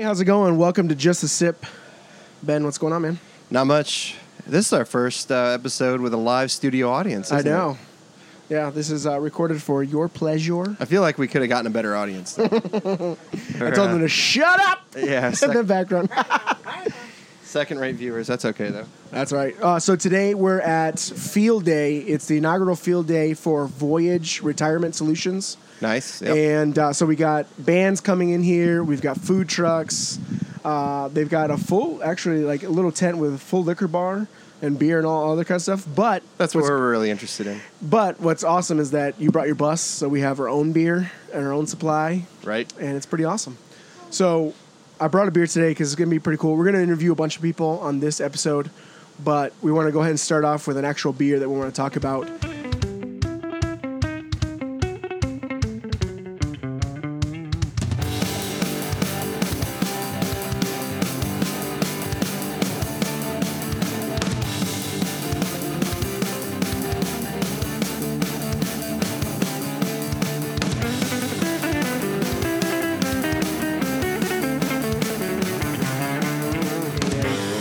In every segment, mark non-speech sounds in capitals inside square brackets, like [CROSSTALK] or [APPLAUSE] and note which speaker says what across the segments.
Speaker 1: how's it going? Welcome to Just a Sip. Ben, what's going on, man?
Speaker 2: Not much. This is our first uh, episode with a live studio audience.
Speaker 1: I
Speaker 2: isn't it?
Speaker 1: know. Yeah, this is uh, recorded for
Speaker 2: [LAUGHS]
Speaker 1: your pleasure.
Speaker 2: I feel like we could have gotten a better
Speaker 1: [LAUGHS]
Speaker 2: audience. I
Speaker 1: I told them to shut up
Speaker 2: Yeah,
Speaker 1: [LAUGHS] in the
Speaker 2: sec-
Speaker 1: background.
Speaker 2: second-rate viewers. That's okay though.
Speaker 1: That's right. Uh, so today we're at Field Day. It's the inaugural Field Day for Voyage Retirement Solutions.
Speaker 2: Nice. Yep.
Speaker 1: And uh, so we got bands coming in here. We've got food trucks. Uh, they've got a full, actually, like a little tent with a full liquor bar and beer and all other kind of stuff. But
Speaker 2: That's what
Speaker 1: what's,
Speaker 2: we're really interested in,
Speaker 1: but what's awesome is that you brought your bus, so we have our own beer and our own supply,
Speaker 2: right?
Speaker 1: and it's pretty awesome. So I brought a beer today because it's gonna be pretty cool. We're gonna interview a bunch of people on this episode, but we want to go ahead and start off with an actual beer that we want to talk about.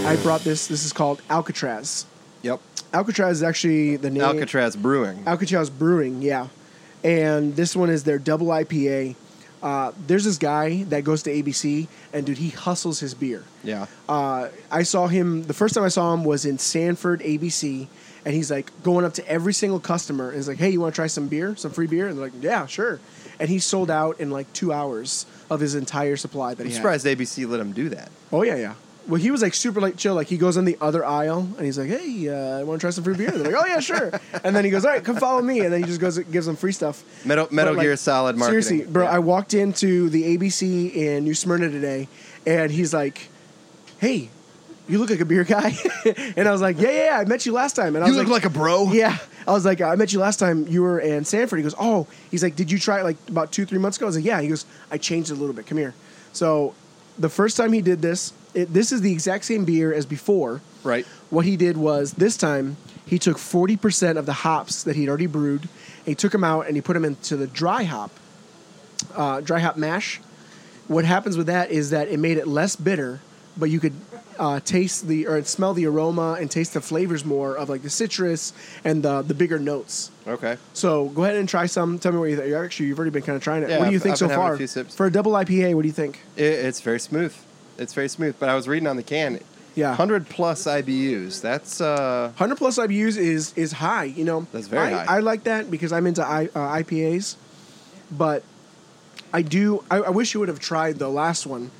Speaker 1: I brought this. This is called Alcatraz.
Speaker 2: Yep.
Speaker 1: Alcatraz is actually the name.
Speaker 2: Alcatraz Brewing.
Speaker 1: Alcatraz Brewing, yeah. And this one is their double IPA. Uh, there's this guy that goes to ABC, and dude, he hustles his beer.
Speaker 2: yeah.
Speaker 1: Uh, I saw him, the first time I saw him was in Sanford ABC, and he's like going up to every single customer and he's like, hey, you want to try some beer, some free beer? And they're like, yeah, sure. And he sold out in like two hours of his entire supply that
Speaker 2: I'm
Speaker 1: he had.
Speaker 2: surprised ABC let him do that.
Speaker 1: Oh yeah, yeah. Well, he was like super like chill. Like he goes on the other aisle and he's like, "Hey, uh, want to try some free beer?" They're like, "Oh yeah, sure." And then he goes, "All right, come follow me." And then he just goes gives them free stuff.
Speaker 2: Metal Metal
Speaker 1: But, like,
Speaker 2: Gear Solid marketing.
Speaker 1: Seriously, bro.
Speaker 2: Yeah.
Speaker 1: I walked into the ABC in New Smyrna today, and he's like, "Hey, you look like a beer guy," [LAUGHS] and I was like, "Yeah, yeah, yeah, I met you last time." And I
Speaker 2: you
Speaker 1: was
Speaker 2: look like, a bro.
Speaker 1: yeah, I was like, I met you last time you were in Sanford. He goes, oh, he's like, did you try it like about two, three months ago? I was like, yeah. He goes, I changed it a little bit. Come here. So, the first time he did this, it, this is the exact same beer as before.
Speaker 2: Right.
Speaker 1: What he did was this time he took forty percent of the hops that he'd already brewed. He took them out and he put them into the dry hop, uh, dry hop mash. What happens with that is that it made it less bitter, but you could uh, taste the or smell the aroma and taste the flavors more of like the citrus and the the bigger notes.
Speaker 2: Okay.
Speaker 1: So go ahead and try some. Tell me what you think. Actually, you've already been kind of trying it.
Speaker 2: Yeah,
Speaker 1: what do you
Speaker 2: I've-
Speaker 1: think
Speaker 2: I've
Speaker 1: so
Speaker 2: been having a
Speaker 1: far
Speaker 2: few sips.
Speaker 1: for a double IPA? What do you think?
Speaker 2: It, it's very smooth. It's very smooth. But I was reading on the can.
Speaker 1: Yeah.
Speaker 2: 100 plus IBUs. That's uh.
Speaker 1: 100 plus IBUs is is high. You know,
Speaker 2: That's very
Speaker 1: I,
Speaker 2: high.
Speaker 1: I like that because I'm into I, uh, IPAs, but I do. I, I wish you would have tried the last one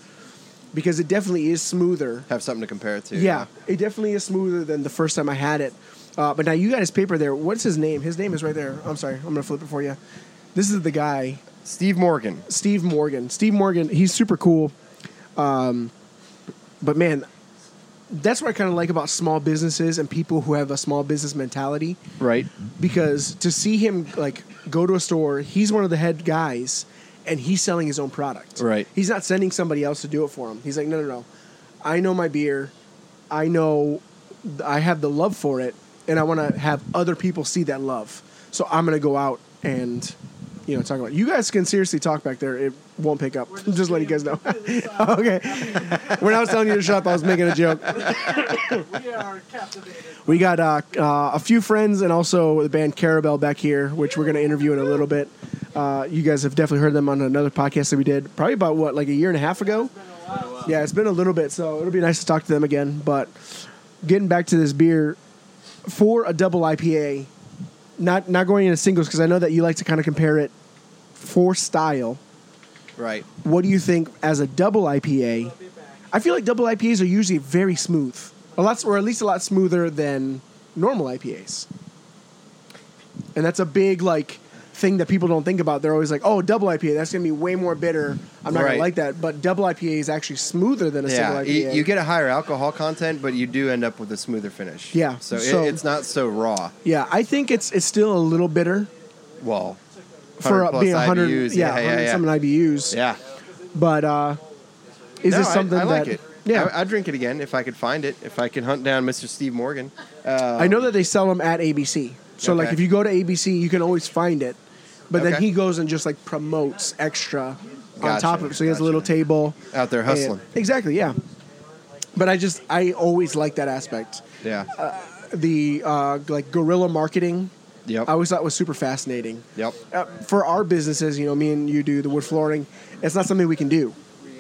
Speaker 1: because it definitely is smoother.
Speaker 2: Have something to compare it to.
Speaker 1: Yeah, it definitely is smoother than the first time I had it. Uh, but now you got his paper there. What's his name? His name is right there. I'm sorry. I'm gonna flip it for you. This is the guy,
Speaker 2: Steve Morgan.
Speaker 1: Steve Morgan. Steve Morgan. He's super cool. Um, but man, that's what I kind of like about small businesses and people who have a small business mentality
Speaker 2: Right.
Speaker 1: because to see him like go to a store, he's one of the head guys, and he's selling his own product.
Speaker 2: Right.
Speaker 1: He's not sending somebody else to do it for him. He's like, no, no, no. I know my beer. I know. I have the love for it, and I want to have other people see that love. So I'm gonna go out and. You know, talk about you guys can seriously talk back there. It won't pick up. Just, letting you guys know. okay, [LAUGHS] when I was telling you to shut up, I was making a joke.
Speaker 3: We are captivated.
Speaker 1: We got uh, uh, a few friends and also the band Carabel back here, which we're going to interview in a little bit. Uh, you guys have definitely heard them on another podcast that we did probably about what like a year and a half ago. Yeah, it's been a little bit, so it'll be nice to talk to them again. But getting back to this beer for a double IPA, not not going into singles because I know that you like to kind of compare it for style.
Speaker 2: Right.
Speaker 1: What do you think as a double IPA?
Speaker 3: Be back.
Speaker 1: I feel like double IPAs are usually very smooth, a lot, or at least a lot smoother than normal IPAs. And that's a big like thing that people don't think about. They're always like, "Oh, double IPA, that's gonna be way more bitter. I'm not
Speaker 2: Right.
Speaker 1: gonna like that." But double IPA is actually smoother than a
Speaker 2: Yeah,
Speaker 1: single
Speaker 2: you,
Speaker 1: IPA.
Speaker 2: you get a higher alcohol content, but you do end up with a smoother finish.
Speaker 1: Yeah,
Speaker 2: So,
Speaker 1: so-
Speaker 2: it, it's not so raw.
Speaker 1: yeah, I think it's it's still a little bitter
Speaker 2: Well, 100
Speaker 1: for uh,
Speaker 2: plus
Speaker 1: being 100,
Speaker 2: IBUs,
Speaker 1: yeah,
Speaker 2: yeah, yeah,
Speaker 1: 100
Speaker 2: yeah.
Speaker 1: something IBUs.
Speaker 2: yeah.
Speaker 1: But uh, is
Speaker 2: No,
Speaker 1: this
Speaker 2: I-
Speaker 1: something
Speaker 2: I, like
Speaker 1: that?
Speaker 2: it?
Speaker 1: Yeah,
Speaker 2: I, I'd drink it again if I could find it. If I could hunt down Mr. Steve Morgan.
Speaker 1: I know that they sell them at ABC. So like
Speaker 2: Okay.
Speaker 1: if you go to ABC, you can always find it. But then
Speaker 2: Okay.
Speaker 1: he goes and just like promotes extra on
Speaker 2: Gotcha,
Speaker 1: top of it. So he has a
Speaker 2: gotcha.
Speaker 1: little table.
Speaker 2: out there
Speaker 1: and-
Speaker 2: hustling.
Speaker 1: exactly, yeah. But I just, I always like that aspect.
Speaker 2: Yeah.
Speaker 1: The uh, like guerrilla marketing,
Speaker 2: yep.
Speaker 1: I always thought was super fascinating.
Speaker 2: yep.
Speaker 1: Uh, for our businesses, you know, me and you do the wood flooring. It's not something we can do.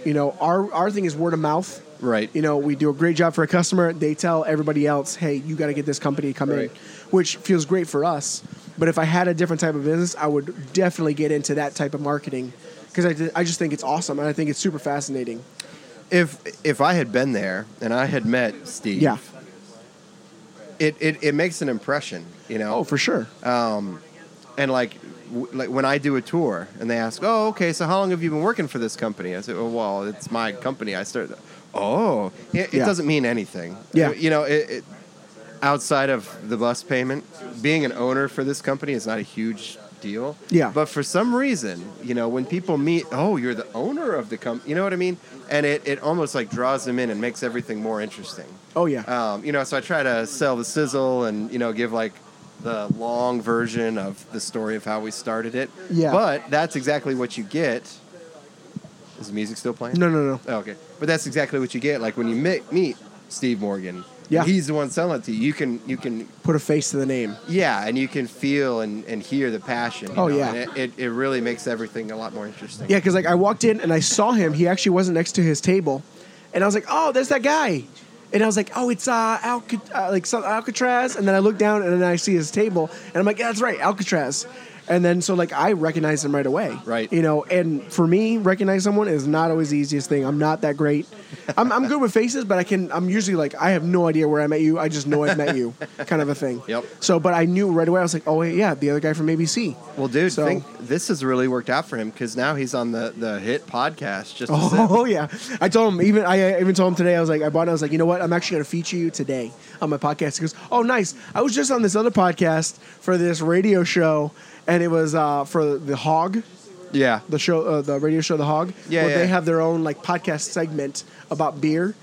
Speaker 1: You know, our our thing is word of mouth.
Speaker 2: Right.
Speaker 1: You know, we do a great job for a customer. They tell everybody else, "Hey, you got to get this company to come in,"
Speaker 2: Right.
Speaker 1: which feels great for us. But if I had a different type of business, I would definitely get into that type of marketing because I, ju- I just think it's awesome and I think it's super fascinating.
Speaker 2: if if I had been there and I had met Steve,
Speaker 1: Yeah.
Speaker 2: it, it, it makes an impression, you know.
Speaker 1: Oh, for sure.
Speaker 2: and like w- like when I do a tour and they ask, "Oh, okay, so how long have you been working for this company?" I say, "Oh, well, it's my company. I started." Oh, it, it
Speaker 1: Yeah.
Speaker 2: doesn't mean anything.
Speaker 1: Yeah.
Speaker 2: you know, it, it, outside of the bus payment, being an owner for this company is not a huge deal.
Speaker 1: Yeah.
Speaker 2: but for some reason, you know, when people meet, oh, you're the owner of the company. You know what I mean? And it, it almost like draws them in and makes everything more interesting.
Speaker 1: oh yeah.
Speaker 2: Um, you know, so I try to sell the sizzle and you know give like the long version of the story of how we started it.
Speaker 1: Yeah.
Speaker 2: But that's exactly what you get. Is the music still playing?
Speaker 1: no, no, no.
Speaker 2: Oh, okay. But that's exactly what you get. Like when you meet, meet Steve Morgan.
Speaker 1: Yeah.
Speaker 2: He's the one selling it to you. You can you can
Speaker 1: Put a face to the name.
Speaker 2: yeah, and you can feel and, and hear the passion. you
Speaker 1: Oh,
Speaker 2: know,
Speaker 1: yeah.
Speaker 2: and it, it, it really makes everything a lot more interesting.
Speaker 1: Yeah, because like I walked in and I saw him. He actually wasn't next to his table, and I was like, "Oh, there's that guy," and I was like, "Oh, it's uh, Alcat- uh like some Alcatraz." And then I look down and then I see his table, and I'm like, yeah, "That's right, Alcatraz." And then so like I recognized him right away.
Speaker 2: Right.
Speaker 1: You know, and for me, recognize someone is not always the easiest thing. I'm not that great. I'm, I'm good with faces, but I can. I'm usually like I have no idea where I met you. I just know I've met you, kind of a thing.
Speaker 2: Yep.
Speaker 1: So, but I knew right away. I was like, oh yeah, the other guy from ABC.
Speaker 2: Well, dude,
Speaker 1: So-
Speaker 2: think this has really worked out for him because now he's on the, the hit podcast. Just as if-
Speaker 1: [LAUGHS] Oh yeah, I told him even I uh, even told him today. I was like, I bought. It, I was like, you know what? I'm actually going to feature you today on my podcast. He goes, oh nice. I was just on this other podcast for this radio show, and it was uh, for the Hog,
Speaker 2: yeah.
Speaker 1: the show, uh, the radio show, the Hog.
Speaker 2: Yeah,
Speaker 1: where
Speaker 2: yeah.
Speaker 1: They have their own like podcast segment about beer.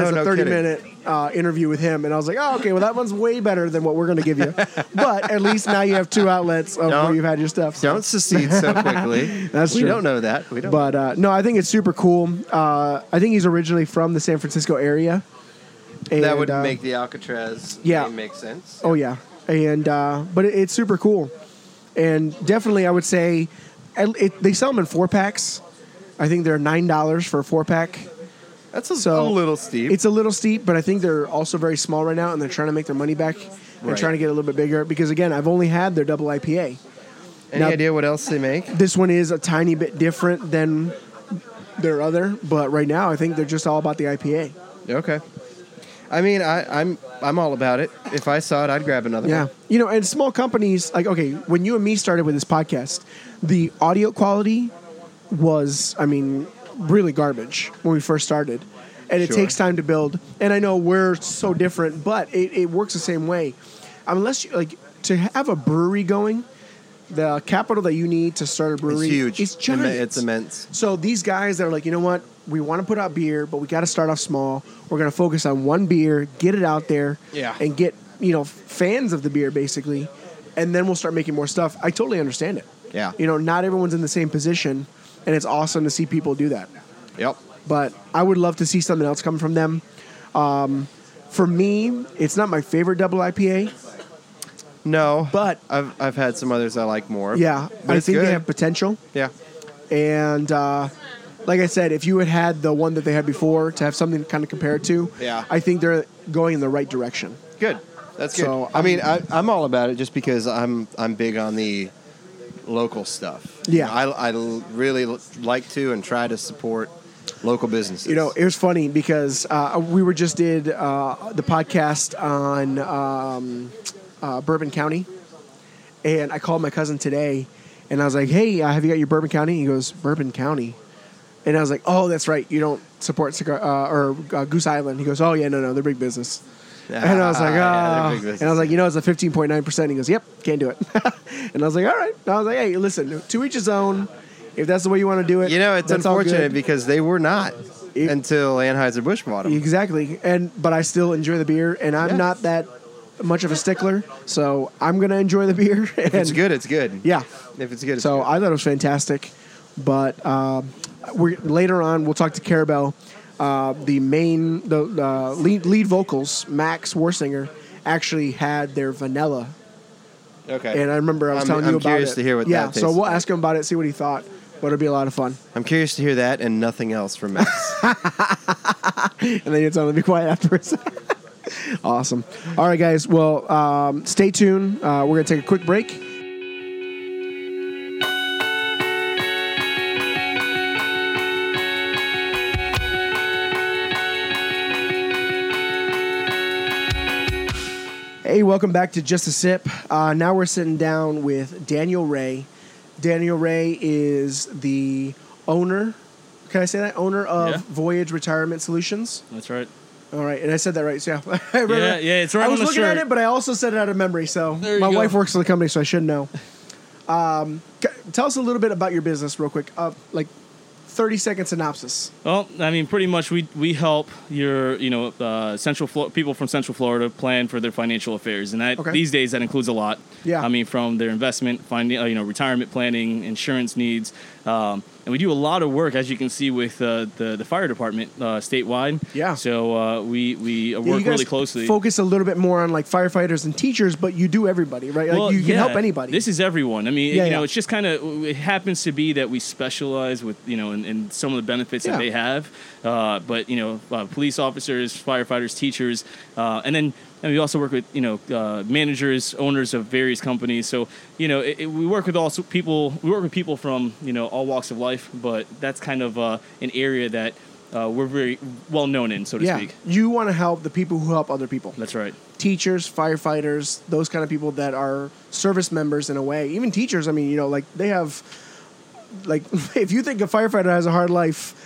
Speaker 2: No,
Speaker 1: it's a
Speaker 2: no
Speaker 1: 30
Speaker 2: kidding.
Speaker 1: minute uh, interview with him, and I was like, oh okay, well that one's way better than what we're going to give you.
Speaker 2: [LAUGHS]
Speaker 1: but at least now you have two outlets of where
Speaker 2: Don't-
Speaker 1: you've had your stuff. so-
Speaker 2: Don't secede so quickly.
Speaker 1: [LAUGHS] That's
Speaker 2: we
Speaker 1: true.
Speaker 2: don't know that. We don't.
Speaker 1: But uh, no, I think it's super cool. Uh, I think he's originally from the San Francisco area.
Speaker 2: that
Speaker 1: And,
Speaker 2: would
Speaker 1: uh,
Speaker 2: make the Alcatraz
Speaker 1: yeah.
Speaker 2: name make sense.
Speaker 1: Oh yeah, and uh, but it, it's super cool, and definitely I would say, and it, they sell them in four packs. I think they're nine dollars for a four pack.
Speaker 2: That's a, a
Speaker 1: So,
Speaker 2: little steep.
Speaker 1: It's a little steep, but I think they're also very small right now, and they're trying to make their money back and
Speaker 2: Right.
Speaker 1: trying to get a little bit bigger. Because again, I've only had their double IPA.
Speaker 2: Any
Speaker 1: now-
Speaker 2: idea what else they make?
Speaker 1: This one is a tiny bit different than their other, but right now I think they're just all about the IPA.
Speaker 2: Okay. I mean, I, I'm I'm all about it. If I saw it, I'd grab another
Speaker 1: Yeah.
Speaker 2: one.
Speaker 1: You know, and small companies, like, okay, when you and me started with this podcast, the audio quality was, I mean, really garbage when we first started. And it
Speaker 2: Sure.
Speaker 1: takes time to build. And I know we're so different, but it, it works the same way. Unless you, like, to have a brewery going, the capital that you need to start a
Speaker 2: It's
Speaker 1: brewery
Speaker 2: huge.
Speaker 1: is
Speaker 2: Imme-
Speaker 1: giant.
Speaker 2: It's immense.
Speaker 1: So these guys that are like, you know what? We want to put out beer, but we got to start off small. We're going to focus on one beer, get it out there,
Speaker 2: Yeah.
Speaker 1: and get you know fans of the beer basically, and then we'll start making more stuff. I totally understand it.
Speaker 2: Yeah.
Speaker 1: You know, not everyone's in the same position, and it's awesome to see people do that.
Speaker 2: Yep.
Speaker 1: But I would love to see something else come from them. Um, for me, it's not my favorite double IPA.
Speaker 2: No.
Speaker 1: But-
Speaker 2: I've I've had some others I like more.
Speaker 1: Yeah,
Speaker 2: But
Speaker 1: I
Speaker 2: it's
Speaker 1: think
Speaker 2: good.
Speaker 1: they have potential.
Speaker 2: Yeah.
Speaker 1: and uh, like I said, if you had had the one that they had before to have something to kind of compare it to,
Speaker 2: Yeah.
Speaker 1: I think they're going in the right direction.
Speaker 2: Good. That's good.
Speaker 1: So,
Speaker 2: I mean, I, I'm all about it just because I'm I'm big on the local stuff.
Speaker 1: Yeah.
Speaker 2: I, I really like to and try to support local businesses.
Speaker 1: You know, it was funny because uh, we were just did uh, the podcast on um, uh, Bourbon County, and I called my cousin today, and I was like, "Hey, uh, have you got your Bourbon County?" He goes, "Bourbon County," and I was like, "Oh, that's right. You don't support cigar uh, or uh, Goose Island." He goes, "Oh yeah, no, no, they're big business." And I was
Speaker 2: [LAUGHS] Ah, [LAUGHS]
Speaker 1: like,
Speaker 2: yeah,
Speaker 1: ah.
Speaker 2: they're big business.
Speaker 1: and I was like, you know, it's a 15.9%. He goes, yep, can't do it. [LAUGHS] and I was like, all right. And I was like, hey, listen, to each his own. If that's the way you want to do it,
Speaker 2: You know, it's
Speaker 1: that's all
Speaker 2: unfortunate
Speaker 1: good.
Speaker 2: because they were not
Speaker 1: It-
Speaker 2: until Anheuser Busch bought them.
Speaker 1: exactly. And but I still enjoy the beer, and I'm
Speaker 2: Yeah.
Speaker 1: not that much of a stickler, so I'm gonna enjoy the [LAUGHS] beer. And
Speaker 2: If it's good, it's good.
Speaker 1: Yeah.
Speaker 2: If it's good, it's
Speaker 1: So
Speaker 2: good.
Speaker 1: I thought it was fantastic. But um, we're, later on, we'll talk to Carabel. Uh, the main, the uh, lead, lead vocals, Max Warsinger, actually had their vanilla
Speaker 2: Okay.
Speaker 1: and I remember I was
Speaker 2: I'm-
Speaker 1: telling you
Speaker 2: I'm
Speaker 1: about
Speaker 2: curious
Speaker 1: it.
Speaker 2: to hear what
Speaker 1: yeah,
Speaker 2: that
Speaker 1: so
Speaker 2: tastes
Speaker 1: we'll
Speaker 2: like.
Speaker 1: ask him about it, see what he thought. But it'll be a lot of fun.
Speaker 2: I'm curious to hear that and nothing else
Speaker 1: [LAUGHS]
Speaker 2: from Max.
Speaker 1: And then you tell him to be quiet afterwards. [LAUGHS] awesome. All right, guys. Well, um, stay tuned. Uh, we're going to take a quick break. Hey, welcome back to Just a Sip. Uh, now we're sitting down with Daniel Ray. Daniel Ray is the owner, can I say that? Owner of
Speaker 4: Yeah.
Speaker 1: Voyage Retirement Solutions.
Speaker 4: That's right.
Speaker 1: All right, and I said that right. So [LAUGHS] yeah, I remember.
Speaker 4: Yeah, yeah, it's right
Speaker 1: I
Speaker 4: on
Speaker 1: was
Speaker 4: the
Speaker 1: looking at
Speaker 4: shirt.
Speaker 1: it, but I also said it out of memory. So
Speaker 4: There you
Speaker 1: my
Speaker 4: go.
Speaker 1: wife works for the company, so I should know. [LAUGHS] Um, c- tell us a little bit about your business, real quick. Uh, like thirty second synopsis.
Speaker 4: Well, I mean, pretty much we, we help your you know uh, central Flo- people from Central Florida plan for their financial affairs, and that
Speaker 1: Okay.
Speaker 4: these days that includes a lot.
Speaker 1: Yeah.
Speaker 4: I mean, from their investment, finding uh, you know retirement planning, insurance needs, um, and we do a lot of work as you can see with uh, the the fire department uh, statewide.
Speaker 1: Yeah.
Speaker 4: So uh, we we uh,
Speaker 1: Yeah,
Speaker 4: work
Speaker 1: you guys
Speaker 4: really closely.
Speaker 1: Focus a little bit more on like firefighters and teachers, but you do everybody, right? Like
Speaker 4: Well,
Speaker 1: you can
Speaker 4: yeah,
Speaker 1: help anybody.
Speaker 4: This is everyone. I mean,
Speaker 1: Yeah,
Speaker 4: you know,
Speaker 1: yeah.
Speaker 4: it's just kind of it happens to be that we specialize with you know in, in some of the benefits
Speaker 1: Yeah.
Speaker 4: that they have, uh, but you know, uh, police officers, firefighters, teachers, uh, and then. And we also work with you know uh, managers, owners of various companies. So you know it, it- we work with also people. We work with people from you know all walks of life. But that's kind of uh, an area that uh, we're very well known in, so to
Speaker 1: yeah,
Speaker 4: speak.
Speaker 1: you want to help the people who help other people.
Speaker 4: That's right.
Speaker 1: teachers, firefighters, those kind of people that are service members in a way. Even teachers, I mean, you know, like they have, like, [LAUGHS] if you think a firefighter has a hard life,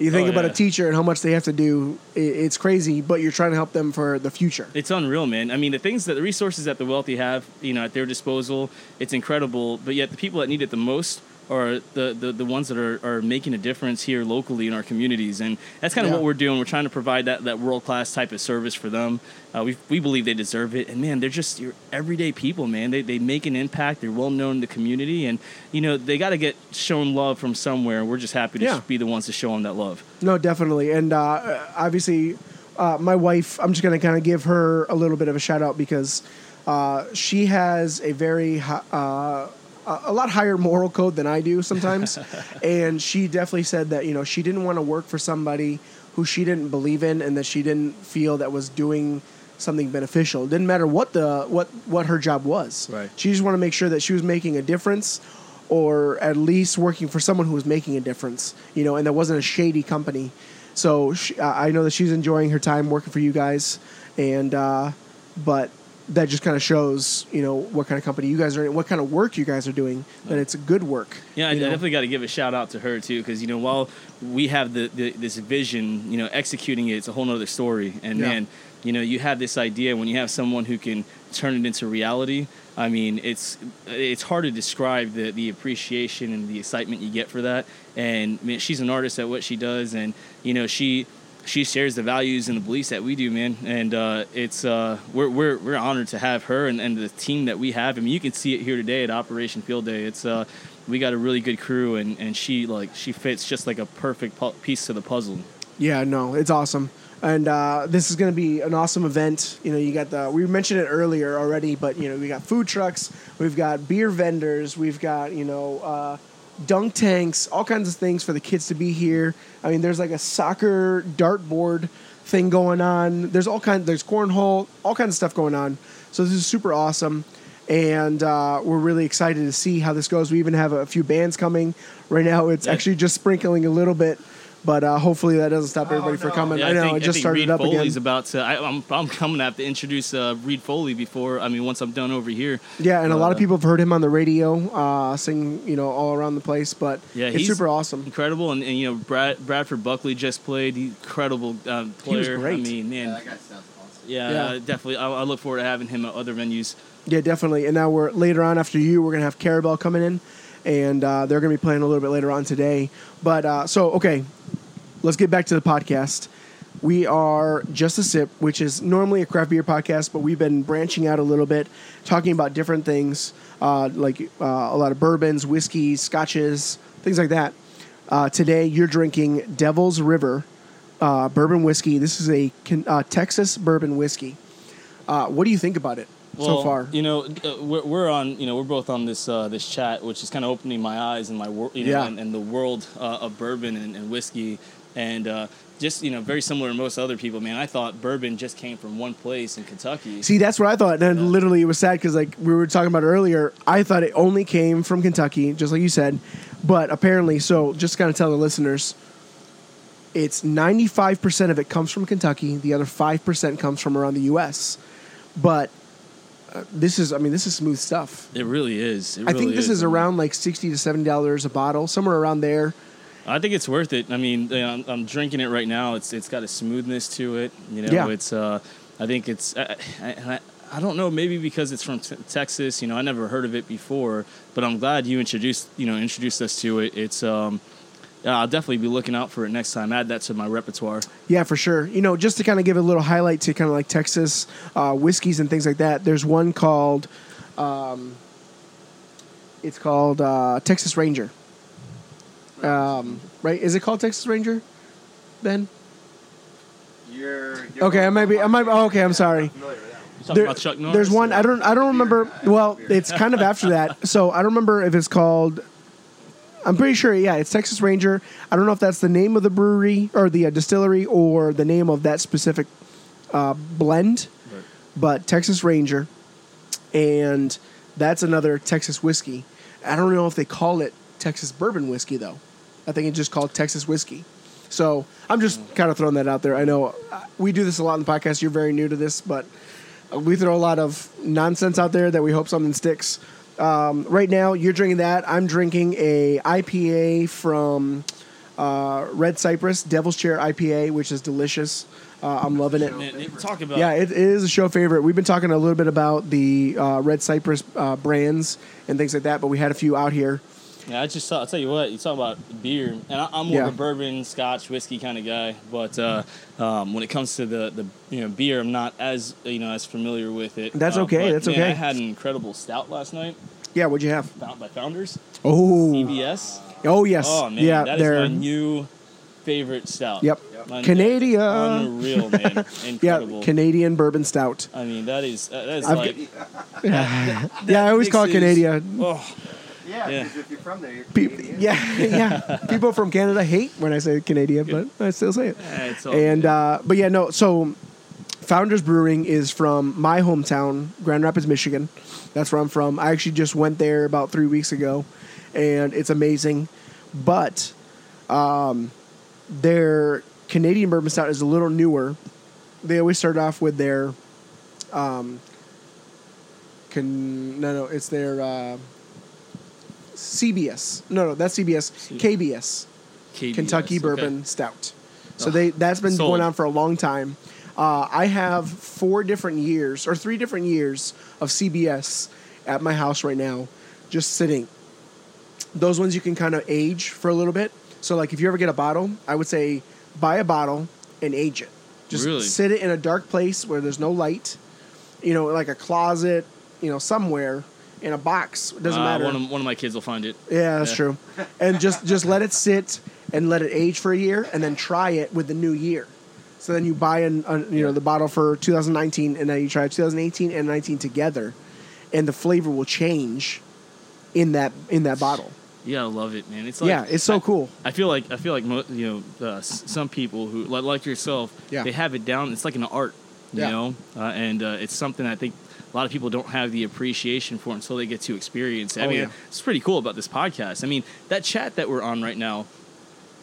Speaker 1: you think
Speaker 4: Oh,
Speaker 1: about
Speaker 4: yeah.
Speaker 1: a teacher and how much they have to do. i- It's crazy, but you're trying to help them for the future.
Speaker 4: It's unreal, man. I mean, the things that the resources that the wealthy have, you know, at their disposal, it's incredible. But yet, the people that need it the most are the the, the ones that are, are making a difference here locally in our communities, and that's kind of
Speaker 1: Yeah.
Speaker 4: what we're doing. We're trying to provide that, that world class type of service for them. Uh, we we believe they deserve it, and man, they're just your everyday people, man. They they make an impact. They're well known in the community, and you know they got to get shown love from somewhere. And we're just happy to
Speaker 1: Yeah.
Speaker 4: be the ones to show them that love.
Speaker 1: No, definitely. And uh, obviously, uh, my wife, I'm just going to kind of give her a little bit of a shout out because uh, she has a very, hi- uh, a a lot higher moral code than I do sometimes. and she definitely said that, you know, she didn't want to work for somebody who she didn't believe in and that she didn't feel that was doing something beneficial. It didn't matter what the what what her job was.
Speaker 2: Right.
Speaker 1: She just wanted to make sure that she was making a difference or at least working for someone who was making a difference, you know, and that wasn't a shady company. So she, I I know that she's enjoying her time working for you guys, and uh, but that just kind of shows, you know, what kind of company you guys are in, what kind of work you guys are doing, that it's good work.
Speaker 4: Yeah, I
Speaker 1: you know?
Speaker 4: definitely got to give a shout out to her too, because you know while we have the, the this vision, you know, executing it, it's a whole nother story. And
Speaker 1: Yeah.
Speaker 4: man, you know, you have this idea when you have someone who can turn it into reality. I mean, it's it's hard to describe the the appreciation and the excitement you get for that. And man, she's an artist at what she does, and you know she. She shares the values and the beliefs that we do, man, and uh, it's uh, we're, we're we're honored to have her and, and the team that we have. I mean, you can see it here today at Operation Field Day. It's uh, we got a really good crew and, and she like she fits just like a perfect pu- piece to the puzzle
Speaker 1: Yeah, no, it's awesome. And uh, this is going to be an awesome event. You know, you got the, we mentioned it earlier already, but, you know, we got food trucks, we've got beer vendors, we've got, you know, uh, dunk tanks, all kinds of things for the kids to be here. I mean, there's like a soccer dartboard thing going on. There's all kinds, there's cornhole, all kinds of stuff going on. So this is super awesome. And uh, we're really excited to see how this goes. We even have a few bands coming. Right now, it's
Speaker 4: Yeah.
Speaker 1: actually just sprinkling a little bit. But uh, hopefully that doesn't stop everybody
Speaker 3: Oh,
Speaker 1: for
Speaker 3: no.
Speaker 1: coming.
Speaker 4: Yeah,
Speaker 1: I know
Speaker 4: think,
Speaker 1: it just
Speaker 4: think
Speaker 1: started
Speaker 4: Reed
Speaker 1: up
Speaker 4: Foley's
Speaker 1: again.
Speaker 4: about to I, I'm, I'm coming to have to introduce uh, Reed Foley before I mean once I'm done over here
Speaker 1: yeah, and a lot of
Speaker 4: uh,
Speaker 1: people have heard him on the radio, uh, sing you know all around the place. But
Speaker 4: Yeah,
Speaker 1: it's
Speaker 4: he's-
Speaker 1: super awesome.
Speaker 4: incredible and, and you know Brad, Bradford Buckley just played He's incredible um,
Speaker 1: He
Speaker 4: player
Speaker 1: was great.
Speaker 4: I mean man yeah,
Speaker 1: Yeah.
Speaker 4: uh, definitely I, I look forward to having him at other venues
Speaker 1: Yeah, definitely. And now we're later on after you, we're gonna have Carabel coming in, and uh, they're gonna be playing a little bit later on today. But uh, so okay, let's get back to the podcast. We are just a sip, which is normally a craft beer podcast, but we've been branching out a little bit, talking about different things, uh, like uh, a lot of bourbons, whiskeys, scotches, things like that. Uh, today, you're drinking Devil's River uh, bourbon whiskey. This is a Ken- uh, Texas bourbon whiskey. Uh, what do you think about it so far?
Speaker 4: You know, uh, we're, we're on. You know, we're both on this uh, this chat, which is kind of opening my eyes and my world. You know,
Speaker 1: Yeah.
Speaker 4: and, and the world uh, of bourbon and, and whiskey, and uh, just you know, very similar to most other people. Man, I thought bourbon just came from one place in Kentucky.
Speaker 1: See, that's what I thought. And then
Speaker 4: Yeah.
Speaker 1: literally, it was sad because, like we were talking about earlier, I thought it only came from Kentucky, just like you said. But apparently, so just kind of tell the listeners, it's 95% of it comes from Kentucky. The other 5% comes from around the U.S. But uh, this is, I mean, this is smooth stuff.
Speaker 4: it really is. It
Speaker 1: I think
Speaker 4: really
Speaker 1: this is
Speaker 4: man.
Speaker 1: around like 60 to $70 a bottle, somewhere around there.
Speaker 4: I think it's worth it. I mean, you know, I'm, I'm drinking it right now. It's it's got a smoothness to it. You know,
Speaker 1: Yeah.
Speaker 4: it's. Uh, I think it's. I, I, I, I don't know. Maybe because it's from t- Texas. You know, I never heard of it before. But I'm glad you introduced. You know, introduced us to it. It's. Um, yeah, I'll definitely be looking out for it next time. Add that to my repertoire.
Speaker 1: Yeah, for sure. You know, just to kind of give a little highlight to kind of like Texas uh, whiskeys and things like that. There's one called, um, it's called uh, Texas Ranger. Um, right? Is it called Texas Ranger? Ben.
Speaker 2: You're,
Speaker 1: Okay, I might be. I might. Oh, okay, I'm sorry.
Speaker 4: You talking
Speaker 1: There-
Speaker 4: about Chuck Norris?
Speaker 1: There's one. I don't. I don't remember. Well, it's kind of after that. So I don't remember if it's called. I'm pretty sure. Yeah, it's Texas Ranger. I don't know if that's the name of the brewery or the uh, distillery or the name of that specific uh, blend, but Texas Ranger, and that's another Texas whiskey. I don't know if they call it Texas bourbon whiskey though. I think it's just called Texas whiskey. So I'm just kind of throwing that out there. I know uh, we do this a lot in the podcast. You're very new to this, but uh, we throw a lot of nonsense out there that we hope something sticks. Um, right now, you're drinking that. I'm drinking a IPA from uh, Red Cypress Devil's Chair IPA, which is delicious. Uh, I'm loving it.
Speaker 4: Man, it- talk about.
Speaker 1: Yeah, it, it is a show favorite. We've been talking a little bit about the uh, Red Cypress uh, brands and things like that, but we had a few out here.
Speaker 4: Yeah, I just saw, I'll tell you what, you talk about beer, and I, I'm more
Speaker 1: Yeah.
Speaker 4: of a bourbon, scotch, whiskey kind of guy. But uh, um, when it comes to the, the you know beer, I'm not as you know as familiar with it.
Speaker 1: That's
Speaker 4: Uh,
Speaker 1: okay,
Speaker 4: but,
Speaker 1: that's
Speaker 4: man,
Speaker 1: okay.
Speaker 4: I had an incredible stout last night,
Speaker 1: Yeah, what'd you have?
Speaker 4: found by Founders,
Speaker 1: Oh,
Speaker 4: CBS.
Speaker 1: oh yes,
Speaker 4: Oh man,
Speaker 1: yeah,
Speaker 4: that is
Speaker 1: they're
Speaker 4: my new favorite stout.
Speaker 1: yep,
Speaker 4: My-
Speaker 1: Canada,
Speaker 4: Unreal, man.
Speaker 1: [LAUGHS] yeah,
Speaker 4: Incredible.
Speaker 1: Canadian bourbon stout.
Speaker 4: I mean, that is uh, that is
Speaker 1: I've
Speaker 4: like
Speaker 1: yeah, I always call it
Speaker 4: mixes-
Speaker 1: Canada.
Speaker 4: oh
Speaker 2: Yeah,
Speaker 4: Yeah.
Speaker 2: because if you're from there, you're
Speaker 1: Pe-
Speaker 2: Canadian.
Speaker 1: yeah, [LAUGHS] yeah. People from Canada hate when I say Canadian, but I still say it.
Speaker 4: eh, it's all
Speaker 1: And
Speaker 4: good.
Speaker 1: uh, but yeah, no. So Founders Brewing is from my hometown, Grand Rapids, Michigan. That's where I'm from. I actually just went there about three weeks ago, and it's amazing. But um, their Canadian bourbon stout is a little newer. They always start off with their um, can no no it's their uh, CBS no no that's CBS KBS
Speaker 4: KBS,
Speaker 1: Kentucky
Speaker 4: okay.
Speaker 1: Bourbon Stout. So
Speaker 4: Ugh.
Speaker 1: they that's been
Speaker 4: Sold.
Speaker 1: going on for a long time. Uh, I have four different years or three different years of CBS at my house right now, just sitting. Those ones you can kind of age for a little bit. So like if you ever get a bottle, I would say buy a bottle and age it. Just
Speaker 4: Really?
Speaker 1: sit it in a dark place where there's no light, you know, like a closet, you know, somewhere in a box. It doesn't
Speaker 4: Uh,
Speaker 1: matter.
Speaker 4: One of, one of my kids will find it.
Speaker 1: Yeah, that's
Speaker 4: Yeah.
Speaker 1: true. And just just let it sit and let it age for a year, and then try it with the new year. So then you buy an, an you know the bottle for 2019, and then you try 2018 and 19 together, and the flavor will change in that in that bottle.
Speaker 4: Yeah, I love it, man. It's like
Speaker 1: yeah, it's so
Speaker 4: I-
Speaker 1: cool.
Speaker 4: I feel like I feel like mo- you know uh, s- some people who like, like yourself,
Speaker 1: Yeah.
Speaker 4: they have it down. It's like an art, you
Speaker 1: Yeah.
Speaker 4: know, uh, and uh, it's something I think a lot of people don't have the appreciation for until they get to experience. it. I
Speaker 1: Oh,
Speaker 4: mean,
Speaker 1: yeah.
Speaker 4: it's pretty cool about this podcast. I mean, that chat that we're on right now,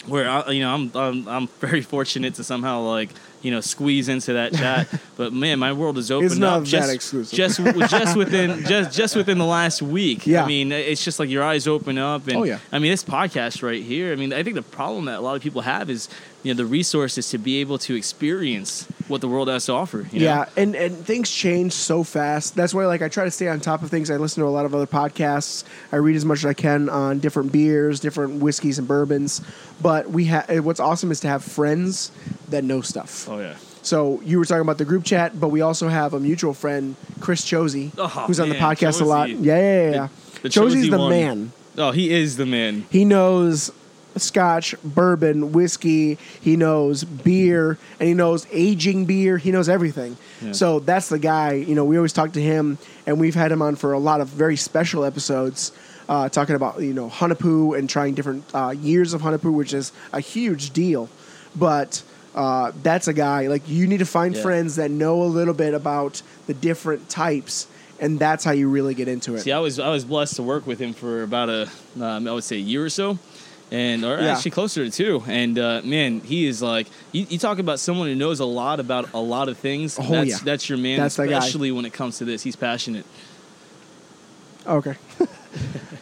Speaker 4: where I, you know I'm, I'm I'm very fortunate to somehow like you know squeeze into that
Speaker 1: [LAUGHS]
Speaker 4: chat. but man, my world is opened
Speaker 1: not
Speaker 4: up
Speaker 1: that
Speaker 4: just
Speaker 1: exclusive.
Speaker 4: just w-
Speaker 1: [LAUGHS]
Speaker 4: just within just just within the last week.
Speaker 1: Yeah.
Speaker 4: I mean, it's just like your eyes open up, and
Speaker 1: Oh, yeah.
Speaker 4: I mean, this podcast right here. I mean, I think the problem that a lot of people have is you know the resources to be able to experience what the world has to offer. you know?
Speaker 1: Yeah, and and things change so fast. That's why like I try to stay on top of things. I listen to a lot of other podcasts. I read as much as I can on different beers, different whiskeys and bourbons. But we have what's awesome is to have friends that know stuff.
Speaker 4: Oh yeah.
Speaker 1: So you were talking about the group chat, but we also have a mutual friend, Chris Chosey,
Speaker 4: Oh,
Speaker 1: who's on the
Speaker 4: man,
Speaker 1: podcast a lot.
Speaker 4: Chosey.
Speaker 1: Yeah, yeah, yeah. yeah.
Speaker 4: The- the
Speaker 1: Chosey's
Speaker 4: Chosey
Speaker 1: the
Speaker 4: one.
Speaker 1: man.
Speaker 4: Oh, he is the man.
Speaker 1: He knows scotch, bourbon, whiskey, he knows beer, and he knows aging beer. He knows everything.
Speaker 4: Yeah.
Speaker 1: So that's the guy, you know, we always talk to him, and we've had him on for a lot of very special episodes. Uh, talking about you know Hunapu and trying different uh, years of Hunapu, which is a huge deal, but uh, that's a guy like you need to find
Speaker 4: Yeah.
Speaker 1: friends that know a little bit about the different types, and that's how you really get into it.
Speaker 4: See, I was I was blessed to work with him for about a um, I would say a year or so, and or
Speaker 1: Yeah.
Speaker 4: actually closer to two. And uh, man, he is like you, you talk about someone who knows a lot about a lot of things.
Speaker 1: Oh,
Speaker 4: that's,
Speaker 1: yeah.
Speaker 4: that's your man,
Speaker 1: That's the guy.
Speaker 4: especially when it comes to this. He's passionate.
Speaker 1: Oh, Okay. [LAUGHS]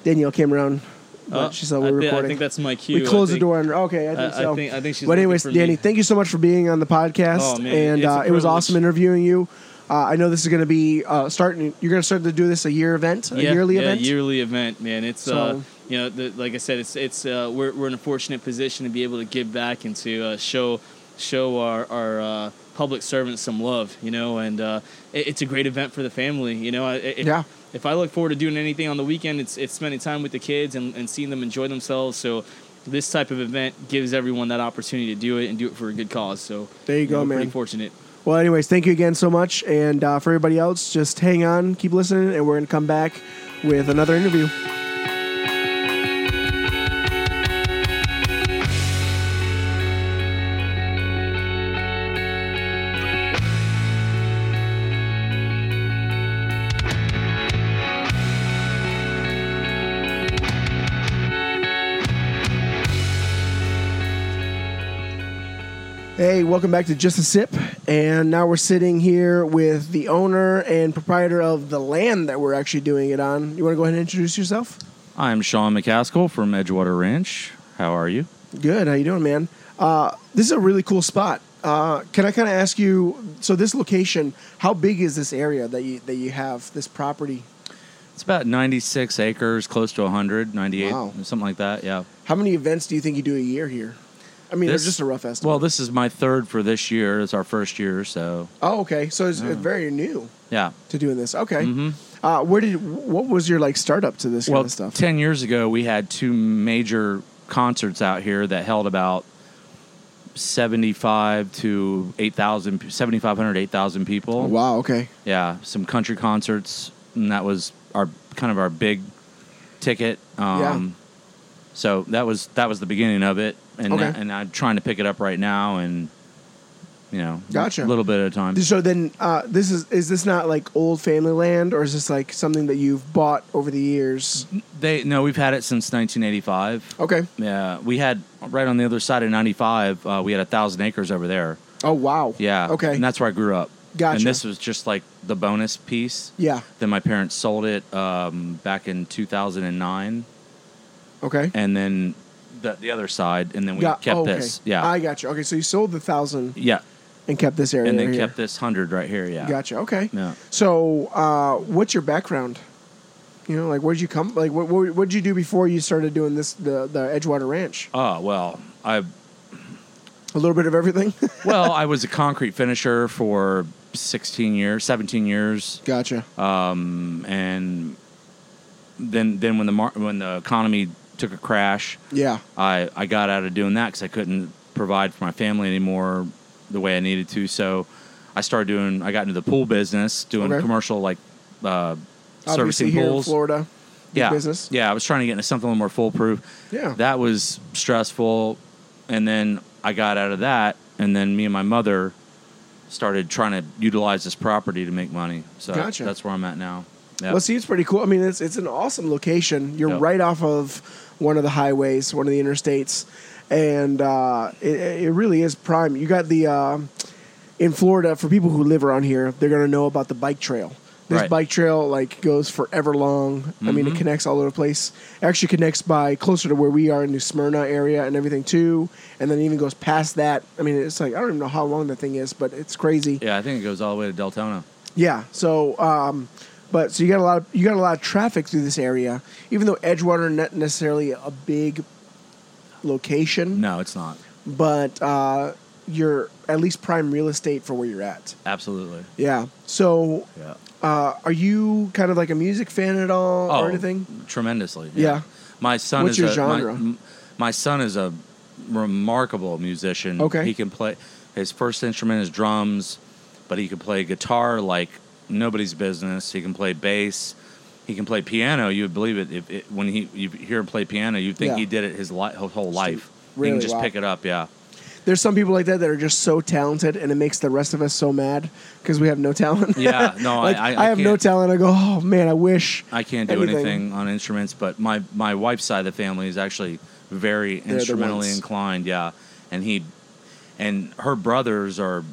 Speaker 1: Danielle came around, but
Speaker 4: Uh,
Speaker 1: she said we were
Speaker 4: I, thi- I
Speaker 1: recording.
Speaker 4: think that's my cue.
Speaker 1: we
Speaker 4: I
Speaker 1: closed the
Speaker 4: think-
Speaker 1: door on her. Okay, I think
Speaker 4: I- I
Speaker 1: so.
Speaker 4: think- I think she's
Speaker 1: but
Speaker 4: looking
Speaker 1: anyways,
Speaker 4: for me.
Speaker 1: Danny, thank you so much for being on the podcast.
Speaker 4: Oh, man,
Speaker 1: and
Speaker 4: it's a
Speaker 1: uh, it was
Speaker 4: privilege.
Speaker 1: awesome interviewing you. Uh, I know this is going to be uh, starting. You're going to start to do this a year event, a yearly
Speaker 4: yeah,
Speaker 1: event.
Speaker 4: yearly event, man. It's uh,
Speaker 1: So-
Speaker 4: you know, the, like I said, it's it's uh, we're we're in a fortunate position to be able to give back and to uh, show show our our uh, public servants some love, you know, and uh, it, it's a great event for the family, you know. I- If,
Speaker 1: Yeah.
Speaker 4: If I look forward to doing anything on the weekend, it's it's spending time with the kids and, and seeing them enjoy themselves. So. This type of event gives everyone that opportunity to do it and do it for a good cause. So
Speaker 1: There you go,
Speaker 4: we're Pretty
Speaker 1: man.
Speaker 4: fortunate.
Speaker 1: Well, anyways, thank you again so much, and uh, for everybody else, just hang on, keep listening, and we're going to come back with another interview. Hey, welcome back to Just a Sip. And now we're sitting here with the owner and proprietor of the land that we're actually doing it on. You want to go ahead and introduce yourself?
Speaker 5: I'm Sean McCaskill from Edgewater Ranch. How are you?
Speaker 1: Good. How you doing, man? Uh, this is a really cool spot. Uh, can I kind of ask you? So this location, how big is this area that you that you have this property?
Speaker 5: It's about 96 acres, close to 100, 98,
Speaker 1: Wow.
Speaker 5: something like that. Yeah.
Speaker 1: How many events do you think you do a year here? I mean,
Speaker 5: This-
Speaker 1: it's just a rough estimate.
Speaker 5: Well, this is my third for this year. It's our first year, so
Speaker 1: oh, okay. So it's it's very new
Speaker 5: yeah.
Speaker 1: to doing this. Okay.
Speaker 5: Mhm.
Speaker 1: Uh, where did what was your like startup to this
Speaker 5: well,
Speaker 1: kind of stuff?
Speaker 5: 10 years ago, we had two major concerts out here that held about 75 to 8,000, 7,500, 8,000 people.
Speaker 1: wow. Okay.
Speaker 5: Yeah, some country concerts, and that was our kind of our big ticket. Um, So that was that was the beginning of it, and
Speaker 1: Okay.
Speaker 5: and I'm trying to pick it up right now, and you know, a
Speaker 1: Gotcha.
Speaker 5: little bit at a time.
Speaker 1: So then, uh, this is is this not like old family land, or is this like something that you've bought over the years?
Speaker 5: They no, we've had it since 1985.
Speaker 1: Okay.
Speaker 5: Yeah, we had right on the other side of 95. Uh, we had a thousand acres over there.
Speaker 1: Oh wow.
Speaker 5: Yeah.
Speaker 1: Okay.
Speaker 5: And that's where I grew up.
Speaker 1: Gotcha.
Speaker 5: And this was just like the bonus piece.
Speaker 1: yeah.
Speaker 5: Then my parents sold it um, back in 2009.
Speaker 1: Okay.
Speaker 5: and then the, the other side, and then we
Speaker 1: Got-
Speaker 5: kept
Speaker 1: oh, okay.
Speaker 5: this. Yeah,
Speaker 1: I got you. Okay, so you sold the thousand
Speaker 5: yeah,
Speaker 1: and kept this area,
Speaker 5: and then
Speaker 1: right
Speaker 5: kept
Speaker 1: here.
Speaker 5: this hundred right here. Yeah,
Speaker 1: Gotcha. Okay.
Speaker 5: Yeah.
Speaker 1: So, uh, what's your background? You know, like where'd you come? Like, what what what'd you do before you started doing this the the Edgewater Ranch?
Speaker 5: Oh well, I
Speaker 1: A little bit of everything. [LAUGHS]
Speaker 5: well I was a concrete finisher for sixteen years, seventeen years,
Speaker 1: gotcha.
Speaker 5: um, and then then when the mar- when the economy took a crash,
Speaker 1: yeah.
Speaker 5: I I got out of doing that because I couldn't provide for my family anymore the way I needed to. So I started doing. I got into the pool business, doing
Speaker 1: Okay.
Speaker 5: commercial like uh,
Speaker 1: Obviously
Speaker 5: servicing
Speaker 1: here
Speaker 5: pools.
Speaker 1: in Florida. big
Speaker 5: yeah.
Speaker 1: business. Oh.
Speaker 5: Yeah, I was trying to get into something a little more foolproof.
Speaker 1: Yeah.
Speaker 5: That was stressful, and then I got out of that, and then me and my mother started trying to utilize this property to make money. So
Speaker 1: Gotcha.
Speaker 5: that's where I'm at now. Yeah.
Speaker 1: Well, see, it's pretty cool. I mean, it's it's an awesome location. You're
Speaker 5: Yeah.
Speaker 1: right off of one of the highways, one of the interstates, and uh, it, it really is prime. You got the uh, in Florida for people who live around here, they're gonna know about the bike trail. This
Speaker 5: Right. Mm-hmm.
Speaker 1: bike trail like goes forever long. I mean, it connects all over the place. It actually connects by closer to where we are in New Smyrna area and everything too, and then even goes past that. I mean, it's like I don't even know how long that thing is, but it's crazy.
Speaker 5: yeah, I think it goes all the way to Deltona.
Speaker 1: Yeah. So, um, but so you got a lot of you got a lot of traffic through this area, even though Edgewater not necessarily a big location,
Speaker 5: No, it's not.
Speaker 1: but uh, you're at least prime real estate for where you're at.
Speaker 5: Absolutely.
Speaker 1: Yeah. So,
Speaker 5: Yeah. Oh.
Speaker 1: uh, are you kind of like a music fan at all or anything?
Speaker 5: Tremendously.
Speaker 1: Yeah.
Speaker 5: My son
Speaker 1: What's
Speaker 5: is
Speaker 1: your
Speaker 5: a,
Speaker 1: genre?
Speaker 5: My, my son is a remarkable musician.
Speaker 1: Okay.
Speaker 5: he can play. His first instrument is drums, but he can play guitar like nobody's business. He can play bass. He can play piano. You would believe it if it, when he you hear him play piano, you think
Speaker 1: Yeah.
Speaker 5: he did it his, li- his whole life. he
Speaker 1: really,
Speaker 5: can just
Speaker 1: wow.
Speaker 5: pick it up. Yeah.
Speaker 1: There's some people like that that are just so talented, and it makes the rest of us so mad because we have no talent.
Speaker 5: Yeah, no,
Speaker 1: [LAUGHS] like,
Speaker 5: I- I- I
Speaker 1: have no
Speaker 5: can't-
Speaker 1: talent. I go, oh man, I wish.
Speaker 5: I can't do
Speaker 1: Anything.
Speaker 5: anything. on instruments, but my, my wife's side of the family is actually very
Speaker 1: the
Speaker 5: instrumentally
Speaker 1: ones.
Speaker 5: inclined. Yeah, and he and her brothers are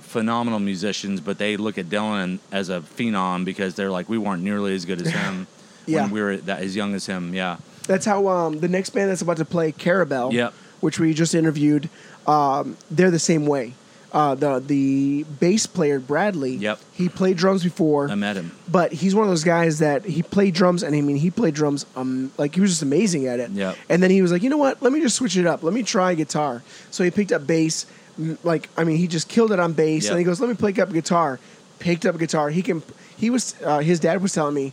Speaker 5: phenomenal musicians, but they look at Dylan as a phenom because they're like, we weren't nearly as good as him
Speaker 1: [LAUGHS] Yeah.
Speaker 5: when we were that as young as him. Yeah,
Speaker 1: That's how um, the next band that's about to play Carabel,
Speaker 5: Yep.
Speaker 1: which we just interviewed, um, they're the same way. Uh, the the bass player Bradley,
Speaker 5: Yep.
Speaker 1: he played drums before,
Speaker 5: I met him.
Speaker 1: but he's one of those guys that he played drums, and I mean he played drums, um, like he was just amazing at it.
Speaker 5: Yep.
Speaker 1: And then he was like, you know what? Let me just switch it up. Let me try guitar. So he picked up bass. m- Like I mean, he just killed it on bass,
Speaker 5: Yep.
Speaker 1: and he goes, let me pick up guitar. Picked up guitar. He can. He was. Uh, his dad was telling me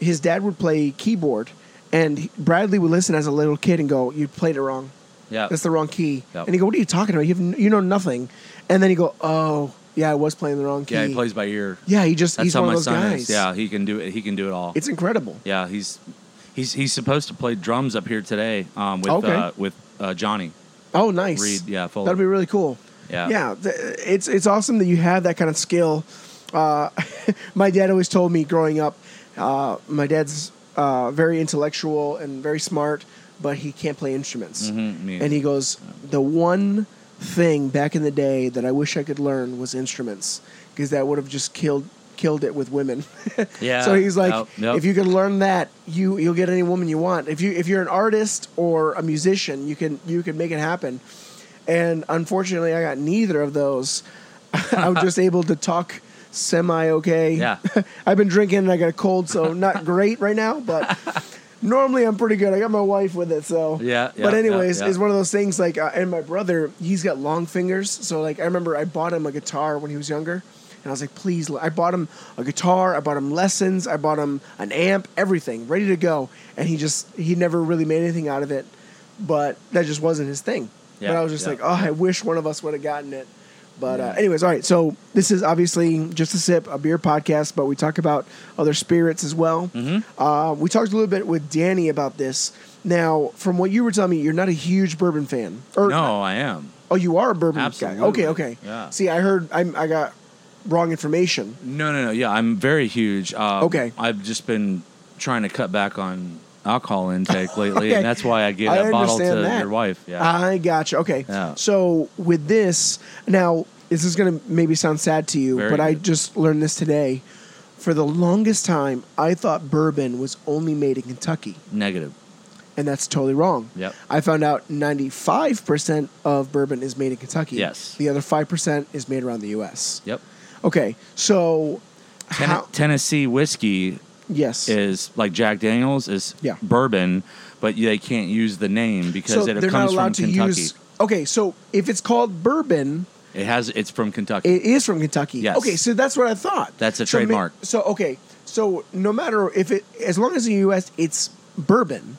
Speaker 1: his dad would play keyboard, and Bradley would listen as a little kid and go, "You played it wrong.
Speaker 5: Yeah,
Speaker 1: That's the wrong key."
Speaker 5: Yep.
Speaker 1: And he go, "What are you talking about? You have n- you know nothing." And then he go, "Oh, yeah, I was playing the wrong key."
Speaker 5: yeah, he plays by ear.
Speaker 1: Yeah, he just
Speaker 5: That's
Speaker 1: he's
Speaker 5: how
Speaker 1: one
Speaker 5: my
Speaker 1: of those
Speaker 5: son
Speaker 1: guys.
Speaker 5: is. Yeah, he can do it. He can do it all.
Speaker 1: it's incredible.
Speaker 5: yeah, he's he's he's supposed to play drums up here today um, with
Speaker 1: Okay.
Speaker 5: uh, with uh, Johnny.
Speaker 1: Oh, nice.
Speaker 5: Reed, yeah, Fuller.
Speaker 1: that'd be really cool.
Speaker 5: Yeah.
Speaker 1: yeah. th- It's it's awesome that you have that kind of skill. Uh, [LAUGHS] my dad always told me growing up. Uh, my dad's uh, very intellectual and very smart, but he can't play instruments.
Speaker 5: Mhm, me
Speaker 1: And he goes, the one thing back in the day that I wish I could learn was instruments, because that would have just killed killed it with women.
Speaker 5: Yeah.
Speaker 1: so he's like,
Speaker 5: Yep, yep.
Speaker 1: if you can learn that, you you'll get any woman you want. If you if you're an artist or a musician, you can you can make it happen. And unfortunately, I got neither of those. [LAUGHS] I was just able to talk semi okay.
Speaker 5: Yeah.
Speaker 1: [LAUGHS] I've been drinking and I got a cold, so not great right now, but normally I'm pretty good. I got my wife with it, so
Speaker 5: Yeah, yeah,
Speaker 1: but
Speaker 5: yeah,
Speaker 1: anyways,
Speaker 5: yeah.
Speaker 1: it's one of those things. Like, uh, and my brother, he's got long fingers, so like I remember I bought him a guitar when he was younger, and I was like, please, le-" I bought him a guitar, I bought him lessons, I bought him an amp, everything ready to go, and he just he never really made anything out of it, but that just wasn't his thing.
Speaker 5: Yeah,
Speaker 1: but I was just
Speaker 5: yeah.
Speaker 1: like, oh, I wish one of us would have gotten it. But uh, anyways, all right. So this is obviously just a sip, a beer podcast, but we talk about other spirits as well.
Speaker 5: Mm-hmm.
Speaker 1: Uh, we talked a little bit with Danny about this. Now, from what you were telling me, you're not a huge bourbon fan. Or,
Speaker 5: No, I am.
Speaker 1: Oh, you are a bourbon guy.
Speaker 5: Absolutely.
Speaker 1: Okay, okay.
Speaker 5: Yeah.
Speaker 1: See, I heard I, I got wrong information.
Speaker 5: No, no, no. Yeah, I'm very huge. Uh,
Speaker 1: Okay.
Speaker 5: I've just been trying to cut back on alcohol
Speaker 1: [LAUGHS]
Speaker 5: intake lately,
Speaker 1: Okay.
Speaker 5: and that's why I gave
Speaker 1: I
Speaker 5: a bottle to
Speaker 1: understand that. Uh-huh.
Speaker 5: your wife. Yeah.
Speaker 1: I gotcha. Okay.
Speaker 5: Yeah.
Speaker 1: So with this, now this is going to maybe sound sad to you,
Speaker 5: Very
Speaker 1: but I
Speaker 5: good.
Speaker 1: just learned this today. For the longest time, I thought bourbon was only made in Kentucky.
Speaker 5: Negative.
Speaker 1: and that's totally wrong.
Speaker 5: Yep.
Speaker 1: I found out 95% of bourbon is made in Kentucky.
Speaker 5: Yes.
Speaker 1: The other 5% is made around the U.S.
Speaker 5: Yep.
Speaker 1: Okay, so
Speaker 5: Ten-
Speaker 1: how,
Speaker 5: Tennessee whiskey
Speaker 1: yes.
Speaker 5: is like Jack Daniels is
Speaker 1: Yeah.
Speaker 5: bourbon, but they can't use the name because
Speaker 1: so
Speaker 5: it
Speaker 1: they're not
Speaker 5: comes from
Speaker 1: allowed to
Speaker 5: Kentucky.
Speaker 1: use. Okay, so if it's called bourbon,
Speaker 5: It has. It's from Kentucky.
Speaker 1: it is from Kentucky.
Speaker 5: Yes.
Speaker 1: Okay, so that's what I thought.
Speaker 5: That's a
Speaker 1: So ma-
Speaker 5: trademark.
Speaker 1: So okay, so no matter if it, as long as the U.S. it's bourbon,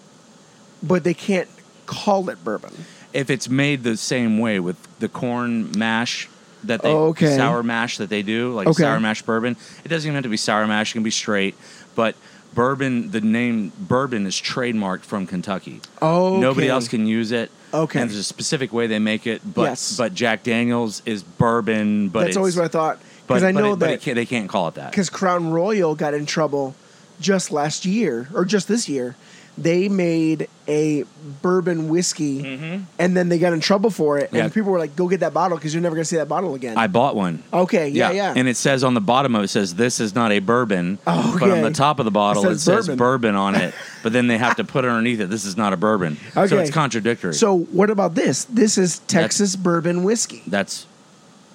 Speaker 1: but they can't call it bourbon.
Speaker 5: if it's made the same way with the corn mash that they
Speaker 1: Oh, Okay.
Speaker 5: sour mash that they do, like
Speaker 1: Okay.
Speaker 5: sour mash bourbon. It doesn't even have to be sour mash; it can be straight. But bourbon, the name bourbon is trademarked from Kentucky.
Speaker 1: Oh,
Speaker 5: Nobody else can use it.
Speaker 1: Okay.
Speaker 5: and there's a specific way they make it. But
Speaker 1: Yes.
Speaker 5: but Jack Daniels is bourbon. But
Speaker 1: That's
Speaker 5: it's-
Speaker 1: always what I thought.
Speaker 5: But
Speaker 1: Because I
Speaker 5: but
Speaker 1: know
Speaker 5: it- but
Speaker 1: that
Speaker 5: it can't- they can't call it that.
Speaker 1: because Crown Royal got in trouble just last year or just this year. They made a bourbon whiskey, and then they got in trouble for it.
Speaker 5: Mm-hmm. Yeah.
Speaker 1: And people were like, "Go get that bottle because you're never gonna see that bottle again."
Speaker 5: I bought one.
Speaker 1: okay, yeah, yeah.
Speaker 5: And it says on the bottom of it says this is not a bourbon.
Speaker 1: Oh,
Speaker 5: But on
Speaker 1: okay.
Speaker 5: the top of the bottle
Speaker 1: It
Speaker 5: it
Speaker 1: says
Speaker 5: says,
Speaker 1: bourbon.
Speaker 5: bourbon. on
Speaker 1: [LAUGHS]
Speaker 5: it. but then they have to put underneath it this is not a bourbon. So
Speaker 1: Okay.
Speaker 5: it's contradictory.
Speaker 1: so what about this? This is Texas bourbon whiskey.
Speaker 5: that's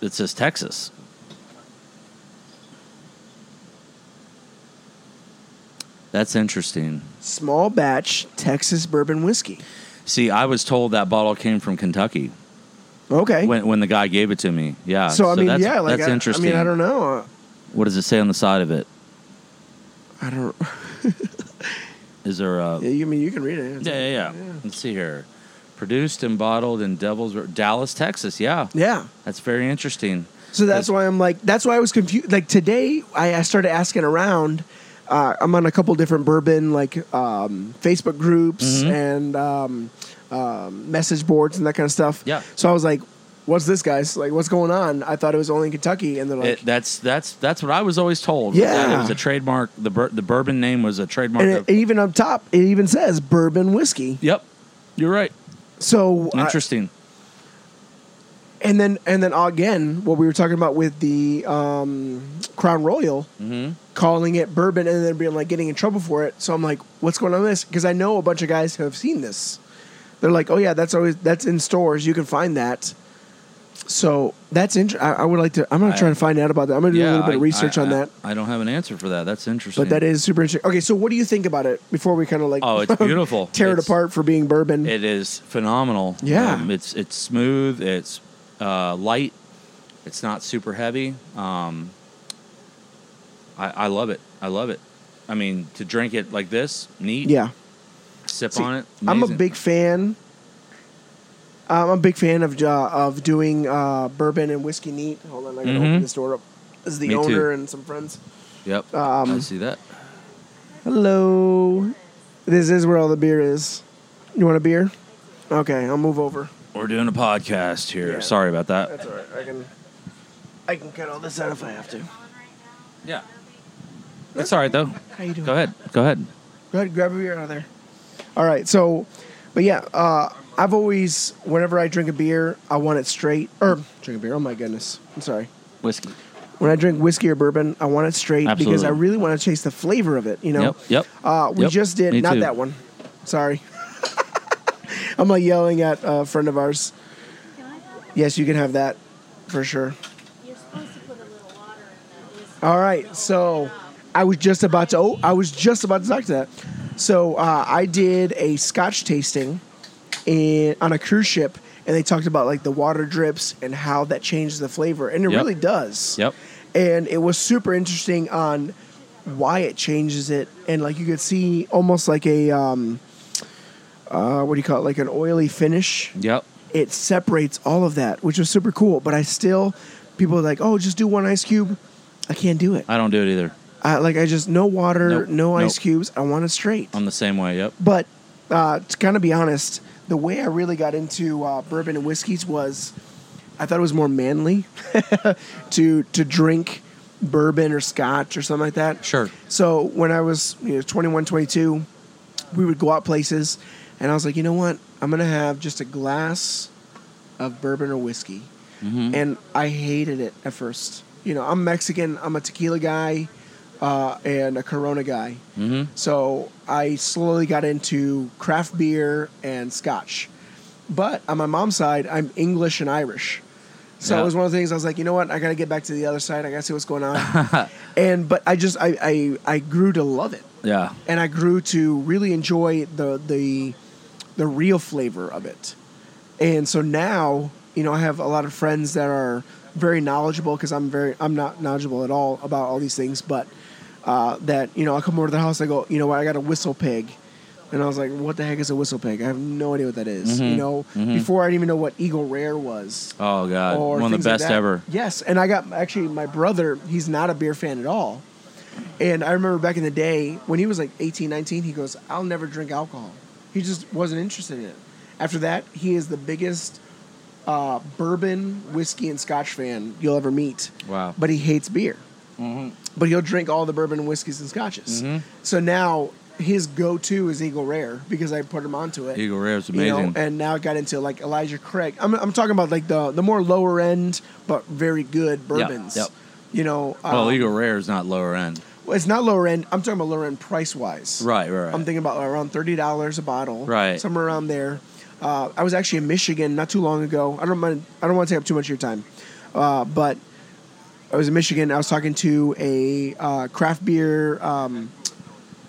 Speaker 5: it says Texas. That's interesting.
Speaker 1: Small batch Texas bourbon whiskey.
Speaker 5: See, I was told that bottle came from Kentucky
Speaker 1: Okay.
Speaker 5: when, when the guy gave it to me. Yeah.
Speaker 1: Eh? so I mean,
Speaker 5: that's,
Speaker 1: yeah, like
Speaker 5: that's
Speaker 1: I,
Speaker 5: interesting.
Speaker 1: I mean, I don't know.
Speaker 5: What does it say on the side of it?
Speaker 1: I don't.
Speaker 5: Is there a
Speaker 1: [LAUGHS] Yeah, you I mean you can read it.
Speaker 5: yeah, yeah, yeah. Let's see here. Produced and bottled in Devil's Ri- Dallas, Texas. Yeah,
Speaker 1: Yeah.
Speaker 5: that's very interesting.
Speaker 1: So that's why I'm like, that's why I was confused. Like today, I, I started asking around. Uh, I'm on a couple different bourbon like um, Facebook groups
Speaker 5: Mhm.
Speaker 1: and um, um, message boards and that kind of stuff.
Speaker 5: Yeah.
Speaker 1: So I was like, "What's this, guys? Like, what's going on?" I thought it was only in Kentucky, and they're like,
Speaker 5: It, that's that's that's what I was always told. was that
Speaker 1: Yeah.
Speaker 5: it was a trademark. The bur- the bourbon name was a trademark.
Speaker 1: and,
Speaker 5: of-
Speaker 1: it, and even up top, it even says bourbon whiskey.
Speaker 5: yep, you're right.
Speaker 1: So I-
Speaker 5: Interesting.
Speaker 1: and then and then again, what we were talking about with the um, Crown Royal
Speaker 5: Mhm.
Speaker 1: calling it bourbon and then being like getting in trouble for it. So I'm like, what's going on with this? Because I know a bunch of guys who have seen this. They're like, oh yeah, that's always that's in stores. You can find that. So that's interesting. I, I would like to. I'm gonna try
Speaker 5: I-
Speaker 1: and find out about that. I'm gonna do a little bit
Speaker 5: I-
Speaker 1: of research
Speaker 5: I-
Speaker 1: on
Speaker 5: I-
Speaker 1: that.
Speaker 5: I don't have an answer for that. That's interesting.
Speaker 1: But that is super interesting. Okay, so what do you think about it before we kind of like
Speaker 5: Oh,
Speaker 1: [LAUGHS]
Speaker 5: it's beautiful.
Speaker 1: tear it
Speaker 5: It's-
Speaker 1: apart for being bourbon?
Speaker 5: It is phenomenal.
Speaker 1: Yeah.
Speaker 5: Um, it's it's smooth. It's uh, light. It's not super heavy. Um, I, I love it. I love it. I mean, to drink it like this, neat.
Speaker 1: yeah,
Speaker 5: Sip
Speaker 1: See,
Speaker 5: on it.
Speaker 1: I'm a
Speaker 5: amazing.
Speaker 1: big fan. I'm a big fan of uh, of doing uh, bourbon and whiskey neat. Hold on, I gotta open
Speaker 5: Mhm.
Speaker 1: this door up. This is the
Speaker 5: Me too.
Speaker 1: owner and some friends.
Speaker 5: Yep.
Speaker 1: um,
Speaker 5: I see that.
Speaker 1: Hello. This is where all the beer is. You want a beer? Okay, I'll move over.
Speaker 5: We're doing a podcast here.
Speaker 1: Yeah.
Speaker 5: Sorry about that.
Speaker 1: That's all right. I can I can cut all this out if I have to.
Speaker 5: Yeah. That's all right though.
Speaker 1: How you doing?
Speaker 5: Go ahead. Go ahead.
Speaker 1: Go ahead, grab a beer out of there. All right, so, but yeah, uh, I've always, whenever I drink a beer, I want it straight. Or drink a beer. Oh my goodness, I'm sorry.
Speaker 5: Whiskey.
Speaker 1: When I drink whiskey or bourbon, I want it straight because
Speaker 5: Absolutely.
Speaker 1: I really want to chase the flavor of it. You know.
Speaker 5: Yep. Yep.
Speaker 1: Uh, we
Speaker 5: Yep,
Speaker 1: just did
Speaker 5: me
Speaker 1: not
Speaker 5: too.
Speaker 1: that one. Sorry. [LAUGHS] I'm like yelling at a friend of ours. Yes, you can have that for sure.
Speaker 6: You're supposed to put a little water in that whiskey.
Speaker 1: All right, so I was just about to. Oh, I was just about to talk to that. So uh, I did a Scotch tasting in on a cruise ship, and they talked about like the water drips and how that changes the flavor, and it
Speaker 5: Yep.
Speaker 1: really does.
Speaker 5: Yep.
Speaker 1: And it was super interesting on why it changes it, and like you could see almost like a um, uh, what do you call it? Like an oily finish
Speaker 5: Yep.
Speaker 1: it separates all of that, which was super cool. But I still, people are like, oh, just do one ice cube. I can't do it.
Speaker 5: I don't do it either.
Speaker 1: I, like, I just, no water,
Speaker 5: Nope,
Speaker 1: no ice
Speaker 5: nope.
Speaker 1: cubes. I want it straight.
Speaker 5: I'm the same way. Yep.
Speaker 1: but uh, to kind of be honest, the way I really got into uh, bourbon and whiskeys was I thought it was more manly [LAUGHS] to to drink bourbon or scotch or something like that.
Speaker 5: Sure.
Speaker 1: So when I was you know, 21, 22, we would go out places, and I was like, you know what? I'm gonna have just a glass of bourbon or whiskey,
Speaker 5: Mm-hmm.
Speaker 1: and I hated it at first. You know, I'm Mexican. I'm a tequila guy, uh, and a Corona guy.
Speaker 5: Mm-hmm.
Speaker 1: So I slowly got into craft beer and scotch. But on my mom's side, I'm English and Irish. So
Speaker 5: Yeah.
Speaker 1: it was one of the things I was like, you know what? I got to get back to the other side. I got to see what's
Speaker 5: [LAUGHS]
Speaker 1: going on. and but I just I, I I grew to love it,
Speaker 5: Yeah.
Speaker 1: and I grew to really enjoy the the the real flavor of it. And so now, you know, I have a lot of friends that are very knowledgeable because I'm very I'm not knowledgeable at all about all these things, but uh, that you know I come over to the house, I go, you know what, I got a whistle pig, and I was like, what the heck is a whistle pig? I have no idea what that is. You know, before I didn't even know what Eagle Rare was.
Speaker 5: Oh god.
Speaker 1: Or
Speaker 5: One of
Speaker 1: things
Speaker 5: the
Speaker 1: like
Speaker 5: best
Speaker 1: that.
Speaker 5: ever.
Speaker 1: Yes, and I got actually my brother. He's not a beer fan at all, and I remember back in the day when he was like 18, 19, he goes, "I'll never drink alcohol." He just wasn't interested in it. After that, he is the biggest uh, bourbon, whiskey, and Scotch fan you'll ever meet.
Speaker 5: Wow.
Speaker 1: But he hates beer.
Speaker 5: Mm-hmm.
Speaker 1: But he'll drink all the bourbon, whiskeys, and scotches. So now his go-to is Eagle Rare because I put him onto it
Speaker 5: Eagle Rare is
Speaker 1: you know,
Speaker 5: amazing.
Speaker 1: and now I got into like Elijah Craig. I'm, I'm talking about like the the more lower end but very good bourbons.
Speaker 5: yep.
Speaker 1: You know,
Speaker 5: Oh,
Speaker 1: um,
Speaker 5: well, Eagle Rare is not lower end.
Speaker 1: well, it's not lower end. I'm talking about lower end price wise.
Speaker 5: Right. Right. right.
Speaker 1: I'm thinking about around thirty dollars a bottle.
Speaker 5: Right.
Speaker 1: Somewhere around there. Uh, I was actually in Michigan not too long ago. I don't mind, I don't want to take up too much of your time, uh, but I was in Michigan. I was talking to a uh, craft beer. Um,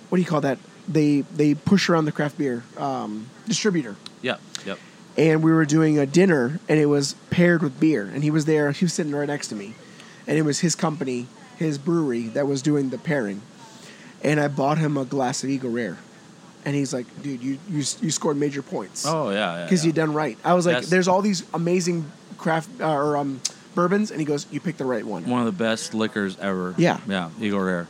Speaker 1: what do you call that? They they push around the craft beer um, distributor
Speaker 5: Yep. Yep.
Speaker 1: and we were doing a dinner and it was paired with beer and he was there he was sitting right next to me and it was his company his brewery that was doing the pairing and i bought him a glass of eagle rare and he's like, dude, you you, you scored major points
Speaker 5: Oh yeah, yeah,
Speaker 1: because
Speaker 5: yeah.
Speaker 1: you done right. I was like,
Speaker 5: That's-
Speaker 1: there's all these amazing craft uh, or um, bourbons, and he goes, you picked the right one.
Speaker 5: one of the best liquors ever.
Speaker 1: Yeah.
Speaker 5: yeah, Eagle Rare.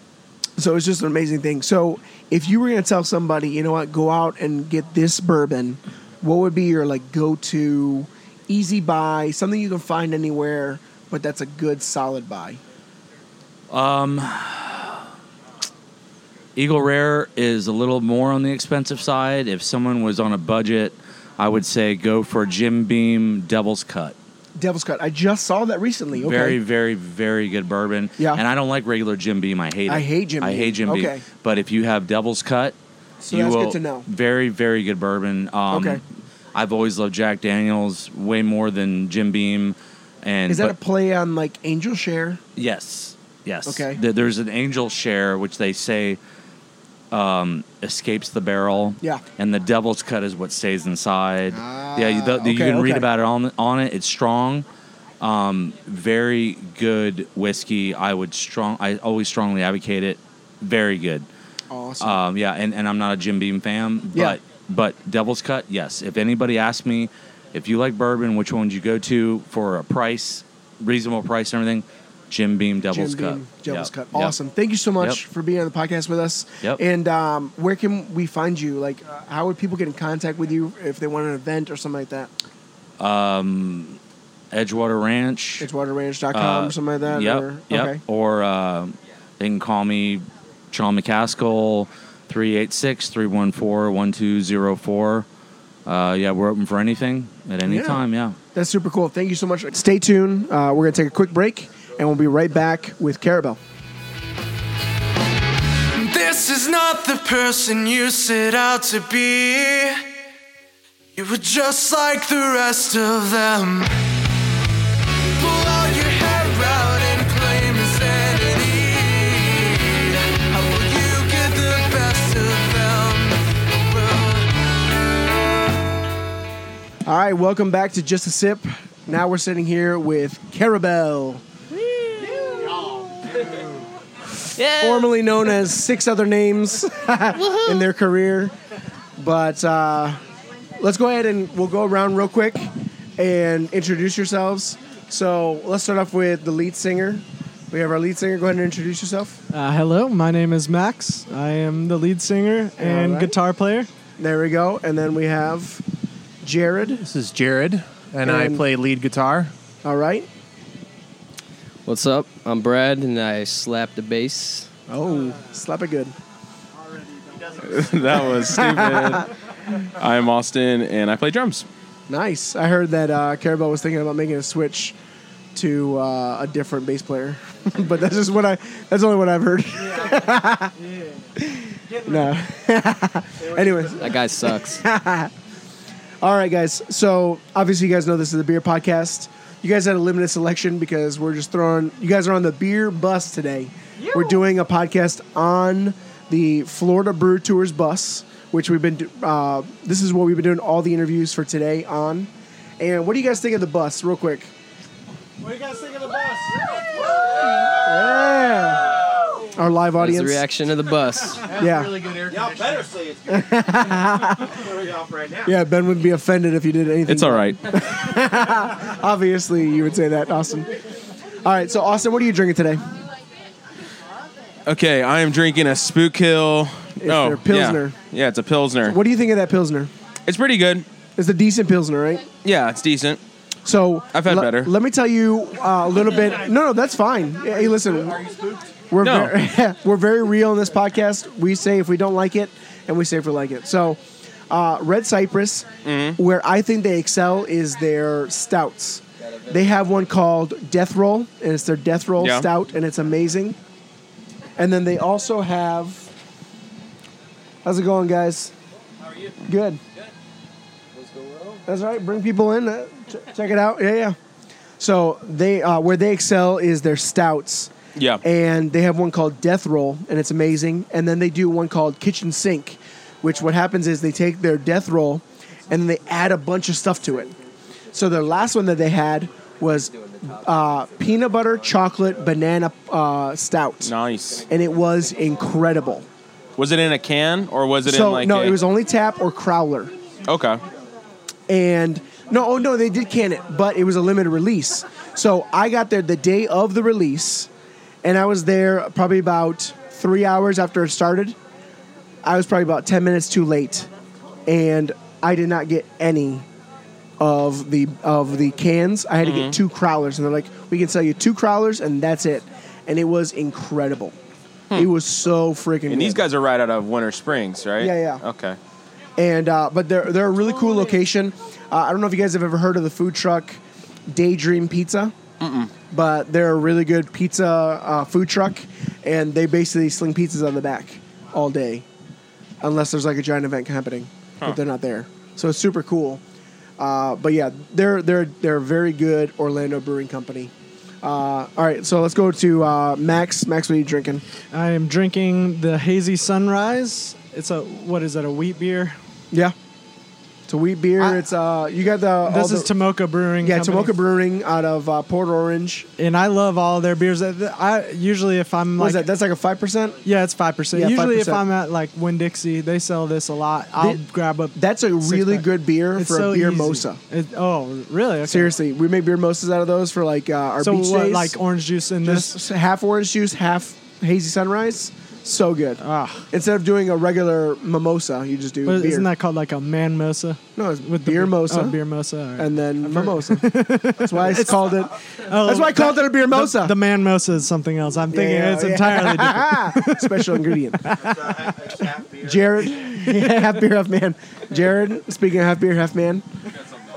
Speaker 1: So it's just an amazing thing. So if you were gonna tell somebody, you know what, go out and get this bourbon, what would be your like go to, easy buy, something you can find anywhere, but that's a good solid buy.
Speaker 5: Um, Eagle Rare is a little more on the expensive side. If someone was on a budget, I would say go for Jim Beam Devil's Cut.
Speaker 1: Devil's Cut. I just saw that recently. Okay.
Speaker 5: Very, very, very good bourbon.
Speaker 1: Yeah.
Speaker 5: And I don't like regular Jim Beam. I hate it.
Speaker 1: I hate Jim
Speaker 5: I
Speaker 1: Beam.
Speaker 5: hate Jim Beam.
Speaker 1: Okay.
Speaker 5: But if you have Devil's Cut,
Speaker 1: So
Speaker 5: you
Speaker 1: that's
Speaker 5: will,
Speaker 1: good to know.
Speaker 5: Very, very good bourbon. Um,
Speaker 1: Okay.
Speaker 5: I've always loved Jack Daniels way more than Jim Beam. And
Speaker 1: Is that
Speaker 5: but-
Speaker 1: a play on like Angel Share?
Speaker 5: Yes. Yes.
Speaker 1: Okay.
Speaker 5: Th- There's an angel share, which they say um, escapes the barrel.
Speaker 1: Yeah.
Speaker 5: And the devil's cut is what stays inside.
Speaker 1: Ah,
Speaker 5: yeah, you, th- you
Speaker 1: okay,
Speaker 5: can read
Speaker 1: okay.
Speaker 5: about it on on it. It's strong. Um, very good whiskey. I would strong. I always strongly advocate it. Very good.
Speaker 1: Awesome.
Speaker 5: Um, yeah, and, and I'm not a Jim Beam fan, but
Speaker 1: Yeah.
Speaker 5: but Devil's Cut, yes. If anybody asks me if you like bourbon, which one would you go to for a price, reasonable price and everything, Jim Beam Devil's
Speaker 1: Jim
Speaker 5: Cut.
Speaker 1: Beam, Devil's
Speaker 5: Yep.
Speaker 1: Cut.
Speaker 5: Yep.
Speaker 1: Awesome. Thank you so much
Speaker 5: Yep.
Speaker 1: for being on the podcast with us.
Speaker 5: Yep.
Speaker 1: And um, where can we find you? Like, uh, how would people get in contact with you if they want an event or something like that?
Speaker 5: Edgewater Ranch.
Speaker 1: Edgewaterranch.com
Speaker 5: uh,
Speaker 1: or something like that?
Speaker 5: Yep.
Speaker 1: Or,
Speaker 5: yep.
Speaker 1: Okay.
Speaker 5: Or uh, they can call me John McCaskill 386-314-1204. Uh, yeah, we're open for anything at any
Speaker 1: Yeah.
Speaker 5: time, yeah.
Speaker 1: That's super cool. Thank you so much. Stay tuned. Uh, we're going to take a quick break and we'll be right back with Carabel.
Speaker 7: This is not the person you set out to be. You were just like the rest of them. Pull out your hair out and claim insanity. How will you get the best of them? Well,
Speaker 1: All right. Welcome back to Just a Sip. Now we're sitting here with Carabel. Formerly known as six other names [LAUGHS] in their career. But uh, let's go ahead and we'll go around real quick and introduce yourselves. So let's start off with the lead singer. We have our lead singer. Go ahead and introduce yourself.
Speaker 3: Uh, hello, my name is Max. I am the lead singer and
Speaker 1: Alright.
Speaker 3: guitar player.
Speaker 1: There we go. And then we have Jared.
Speaker 8: This is Jared, and, I
Speaker 1: And-
Speaker 8: play lead guitar.
Speaker 1: All right.
Speaker 9: What's up? I'm Brad, and I slap the bass.
Speaker 1: Oh, slap it good.
Speaker 10: [LAUGHS] that was stupid.
Speaker 1: [LAUGHS]
Speaker 10: I'm Austin, and I play drums.
Speaker 1: Nice. I heard that uh, Carabel was thinking about making a switch to uh, a different bass player, [LAUGHS] but that's just what I. That's only what I've heard.
Speaker 3: [LAUGHS]
Speaker 1: no. Anyways,
Speaker 9: That guy sucks.
Speaker 1: [LAUGHS] all right, guys. So obviously, you guys know this is the beer podcast. You guys had a limited selection because we're just throwing. You guys are on the beer bus today. We're doing a podcast on the Florida Brew Tours bus, which we've been. do- Uh, this is what we've been doing all the interviews for today on. And what do you guys think of the bus, real quick?
Speaker 3: What do you guys think of the bus?
Speaker 1: Yeah. Our live
Speaker 9: That's
Speaker 1: audience.
Speaker 9: the reaction of the bus.
Speaker 1: yeah.
Speaker 7: Y'all better say it's good. [LAUGHS]
Speaker 1: Yeah, Ben would be offended if you did anything.
Speaker 10: It's all right.
Speaker 1: Obviously, you would say that, Austin. All right, so Austin, what are you drinking today?
Speaker 10: Okay, I am drinking a Spook Hill. oh,
Speaker 1: their Pilsner.
Speaker 10: Yeah. yeah, it's a Pilsner.
Speaker 1: What do you think of that Pilsner?
Speaker 10: It's pretty good.
Speaker 1: It's a decent Pilsner, right?
Speaker 10: Yeah, it's decent.
Speaker 1: So
Speaker 10: I've had
Speaker 1: le-
Speaker 10: better.
Speaker 1: Let me tell you uh, a little bit. No, no, that's fine. Hey, listen, we're
Speaker 10: No.
Speaker 1: very, [LAUGHS] we're very real in this podcast. We say if we don't like it, and we say if we like it. So, uh, Red Cypress,
Speaker 10: Mm-hmm.
Speaker 1: where I think they excel is their stouts. They have one called Death Roll, and it's their Death Roll
Speaker 10: Yeah.
Speaker 1: stout, and it's amazing. And then they also have. How's it going, guys? How are you? Good. That's all right. Bring people in. Uh, ch- check it out. Yeah, yeah. So they uh, where they excel is their stouts,
Speaker 10: Yeah.
Speaker 1: and they have one called Death Roll, and it's amazing. And then they do one called Kitchen Sink, which what happens is they take their Death Roll, and then they add a bunch of stuff to it. So their last one that they had was uh, peanut butter chocolate banana uh, stout,
Speaker 10: nice.
Speaker 1: and it was incredible.
Speaker 10: Was it in a can or was it
Speaker 1: so
Speaker 10: in like
Speaker 1: no,
Speaker 10: a-
Speaker 1: it was only tap or crowler.
Speaker 10: Okay.
Speaker 1: and no, oh no, they did can it, but it was a limited release. So I got there the day of the release, and I was there probably about three hours after it started. I was probably about ten minutes too late, and I did not get any of the of the cans. I had to
Speaker 10: Mhm.
Speaker 1: get two crowlers, and they're like, "We can sell you two crowlers, and that's it." And it was incredible. It was so freaking.
Speaker 10: Hmm. And these
Speaker 1: good.
Speaker 10: guys are right out of Winter Springs, right?
Speaker 1: Yeah, yeah.
Speaker 10: Okay.
Speaker 1: and uh, but they're they're a really cool location. Uh, I don't know if you guys have ever heard of the food truck Daydream Pizza,
Speaker 10: Mm-mm.
Speaker 1: but they're a really good pizza uh, food truck, and they basically sling pizzas on the back all day, unless there's like a giant event happening,
Speaker 11: Huh.
Speaker 1: but they're not there. So it's super cool. Uh, but yeah, they're they're they're a very good Orlando brewing company. Uh, all right, so let's go to uh, Max. Max, what are you drinking?
Speaker 3: I am drinking the Hazy Sunrise. It's a what is that? A wheat beer.
Speaker 1: Yeah. It's a wheat beer. it's uh, you got the.
Speaker 3: This
Speaker 1: all
Speaker 3: is
Speaker 1: the-
Speaker 3: Tomoka Brewing.
Speaker 1: Yeah,
Speaker 3: Company.
Speaker 1: Tomoka Brewing out of uh, Port Orange.
Speaker 3: And I love all their beers. I- I usually if I'm like
Speaker 1: What is that? That's like a five percent.
Speaker 3: Yeah, it's five percent.
Speaker 1: Yeah,
Speaker 3: usually if
Speaker 1: 5%.
Speaker 3: I'm at like Winn Dixie, they sell this a lot. I'll
Speaker 1: Thi-
Speaker 3: grab a.
Speaker 1: That's a really good beer
Speaker 3: It's
Speaker 1: for
Speaker 3: so
Speaker 1: a beer
Speaker 3: easy.
Speaker 1: mosa.
Speaker 3: It, oh, really? Okay.
Speaker 1: Seriously, we make beer mosas out of those for like uh, our
Speaker 3: So
Speaker 1: beach
Speaker 3: what,
Speaker 1: days.
Speaker 3: like orange juice in
Speaker 1: Just
Speaker 3: this?
Speaker 1: half orange juice, half hazy sunrise. So good. Instead of doing a regular mimosa, you just do
Speaker 3: What-
Speaker 1: beer.
Speaker 3: Ah. isn't that called like a man mosa?
Speaker 1: No, it's
Speaker 3: with the,
Speaker 1: beer mosa.
Speaker 3: Oh, beer mosa.
Speaker 1: and then mimosa. That's [LAUGHS] why I called it. that's why I called it a beer mosa.
Speaker 3: Oh, The, man mosa is something else. I'm thinking
Speaker 1: Yeah,
Speaker 3: it's
Speaker 1: yeah. [LAUGHS]
Speaker 3: entirely different.
Speaker 1: Special ingredient. Jared, [LAUGHS] yeah, half beer, half man. Jared, speaking of half beer, half man,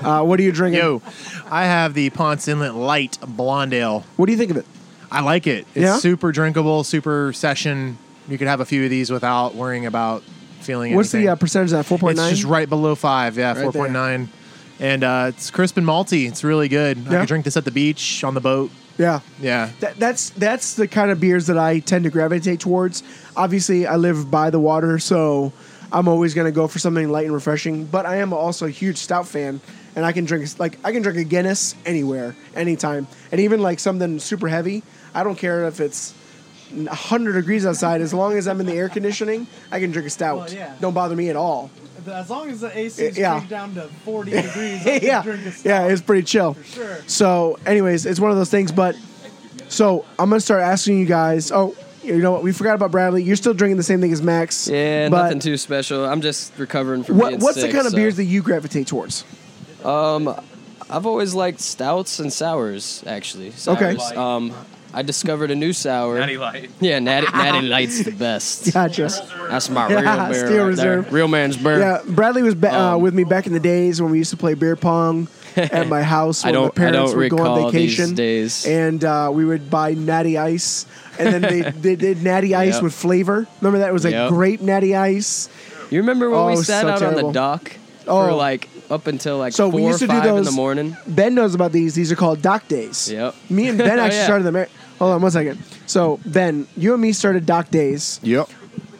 Speaker 1: uh, what are you drinking?
Speaker 11: Yo, I have the Ponce Inlet Light Blonde Ale.
Speaker 1: What do you think of it?
Speaker 11: I like it. It's
Speaker 1: Yeah?
Speaker 11: super drinkable, super session. You could have a few of these without worrying about feeling
Speaker 1: What's
Speaker 11: anything.
Speaker 1: the uh, percentage of that? Four point nine.
Speaker 11: It's just right below five. Yeah,
Speaker 1: Right
Speaker 11: four point nine, and uh, it's crisp and malty. It's really good. I could drink this at the beach, on the boat.
Speaker 1: Yeah.
Speaker 11: Yeah,
Speaker 1: That, that's that's the kind of beers that I tend to gravitate towards. Obviously, I live by the water, so I'm always going to go for something light and refreshing. But I am also a huge stout fan, and I can drink like I can drink a Guinness anywhere, anytime, and even like something super heavy. I don't care if it's 100 degrees outside. As long as I'm in the air conditioning, I can drink a stout.
Speaker 3: Well, yeah.
Speaker 1: Don't bother me at all. [LAUGHS]
Speaker 3: As long as the AC
Speaker 1: is Yeah. cranked
Speaker 3: down to
Speaker 1: [LAUGHS]
Speaker 3: 40
Speaker 1: yeah, yeah, it's pretty chill.
Speaker 3: sure.
Speaker 1: So, anyways, it's one of those things. But so I'm gonna start asking you guys. Oh, you know what? We forgot about Bradley. You're still drinking the same thing as Max.
Speaker 9: Yeah,
Speaker 1: but
Speaker 9: nothing too special. I'm just recovering from
Speaker 1: what,
Speaker 9: being
Speaker 1: what's
Speaker 9: sick,
Speaker 1: the kind of
Speaker 9: so-
Speaker 1: beers that you gravitate towards?
Speaker 9: Um, I've always liked stouts and sours, actually.
Speaker 1: Okay.
Speaker 9: Sours. Um, I discovered a new sour.
Speaker 4: Natty Light.
Speaker 1: [LAUGHS]
Speaker 9: Yeah, Natty, Natty Light's the best.
Speaker 1: Gotcha.
Speaker 9: That's my real
Speaker 1: Yeah,
Speaker 9: beer
Speaker 1: Steel
Speaker 9: right there.
Speaker 1: Reserve.
Speaker 9: Real man's beer.
Speaker 1: Yeah, Bradley was ba-
Speaker 9: Um,
Speaker 1: uh, with me back in the days when we used to play beer
Speaker 9: [LAUGHS]
Speaker 1: pong at my house
Speaker 9: I
Speaker 1: when my
Speaker 9: don't- I
Speaker 1: parents
Speaker 9: don't
Speaker 1: would go on
Speaker 9: recall these
Speaker 1: vacation.
Speaker 9: days.
Speaker 1: And uh, we would buy natty ice, and then
Speaker 9: [LAUGHS]
Speaker 1: they, they did natty ice
Speaker 9: Yep.
Speaker 1: with flavor. Remember that It was like
Speaker 9: Yep.
Speaker 1: grape natty ice.
Speaker 9: You remember when
Speaker 1: Oh, it
Speaker 9: we
Speaker 1: was
Speaker 9: sat
Speaker 1: so
Speaker 9: out
Speaker 1: terrible.
Speaker 9: on the dock for
Speaker 1: Oh.
Speaker 9: like up until like
Speaker 1: So
Speaker 9: four
Speaker 1: we used to
Speaker 9: or five
Speaker 1: do those
Speaker 9: in the morning?
Speaker 1: Ben knows about these. These are called dock days.
Speaker 9: Yep.
Speaker 1: Me and Ben
Speaker 9: [LAUGHS] Oh,
Speaker 1: actually
Speaker 9: yeah.
Speaker 1: started them. Hold on one second. So Ben, you and me started dock days.
Speaker 2: Yep.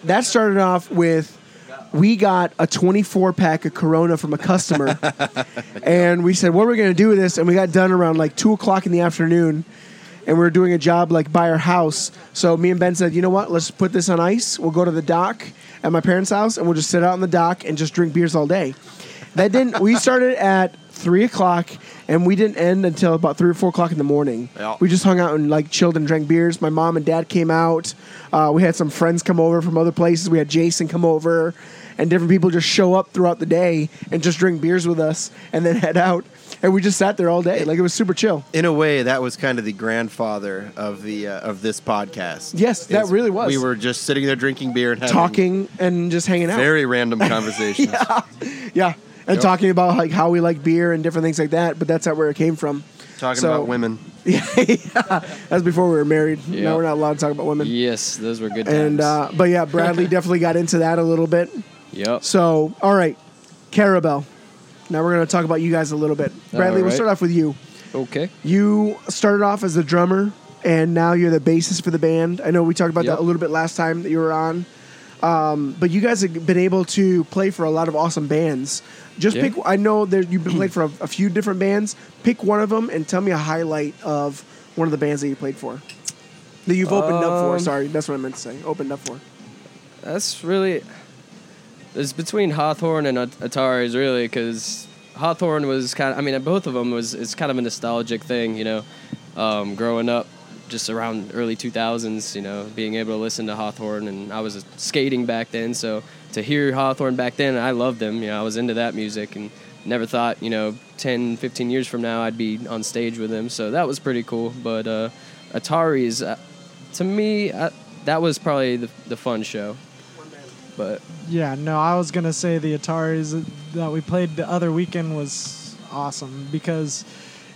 Speaker 1: That started off with we got a 24 pack of Corona from a
Speaker 9: [LAUGHS]
Speaker 1: customer, and we said, "What are we going to do with this?" And we got done around like two o'clock in the afternoon, and we were doing a job like by our house. So me and Ben said, "You know what? Let's put this on ice. We'll go to the dock at my parents' house, and we'll just sit out on the dock and just drink beers all day." That didn't. we started at three o'clock, and we didn't end until about three or four o'clock in the morning.
Speaker 2: Yeah.
Speaker 1: We just hung out and like chilled and drank beers. My mom and dad came out. Uh, we had some friends come over from other places. We had Jason come over, and different people just show up throughout the day and just drink beers with us, and then [LAUGHS] head out. And we just sat there all day. Like it was super chill.
Speaker 2: In a way, that was kind of the grandfather of the uh, of this podcast.
Speaker 1: Yes, that
Speaker 2: Is
Speaker 1: really was.
Speaker 2: We were just sitting there drinking beer and having
Speaker 1: talking and just hanging out. [LAUGHS]
Speaker 2: very random conversations.
Speaker 1: yeah, and
Speaker 2: Yep.
Speaker 1: talking about like how we like beer and different things like that. But that's not where it came from. [LAUGHS]
Speaker 2: Talking
Speaker 1: So-
Speaker 2: about women.
Speaker 1: That's before we were married.
Speaker 9: Yeah.
Speaker 1: Now we're not allowed to talk about women.
Speaker 9: Yes, those were good times.
Speaker 1: And uh, but yeah,
Speaker 9: [LAUGHS]
Speaker 1: Bradley definitely got into that a little bit.
Speaker 9: yep.
Speaker 1: So all right, Carabel. Now we're gonna talk about you guys a little bit. Bradley, we'll
Speaker 9: right.
Speaker 1: start off with you.
Speaker 9: Okay.
Speaker 1: You started off as the drummer, and now you're the bassist for the band. I know we talked about
Speaker 9: Yep.
Speaker 1: that a little bit last time that you were on. Um, but you guys have been able to play for a lot of awesome bands. Just
Speaker 9: Yeah.
Speaker 1: pick. I know that you've been played for a, a few different bands. Pick one of them and tell me a highlight of one of the bands that you played for. That you've opened up for.
Speaker 9: Um,
Speaker 1: Sorry, that's what I meant to say. Opened up for.
Speaker 9: that's really it's between Hawthorne and At- Atari's really because Hawthorne was kind of I mean both of them was it's kind of a nostalgic thing you know um, growing up just around early 2000s you know being able to listen to Hawthorne and I was skating back then so to hear Hawthorne back then I loved them you know I was into that music and never thought you know 10 15 years from now I'd be on stage with them so that was pretty cool but uh, Atari's uh, to me I, that was probably the, the fun show but
Speaker 3: Yeah, no, I was gonna say the Ataris that we played the other weekend was awesome because,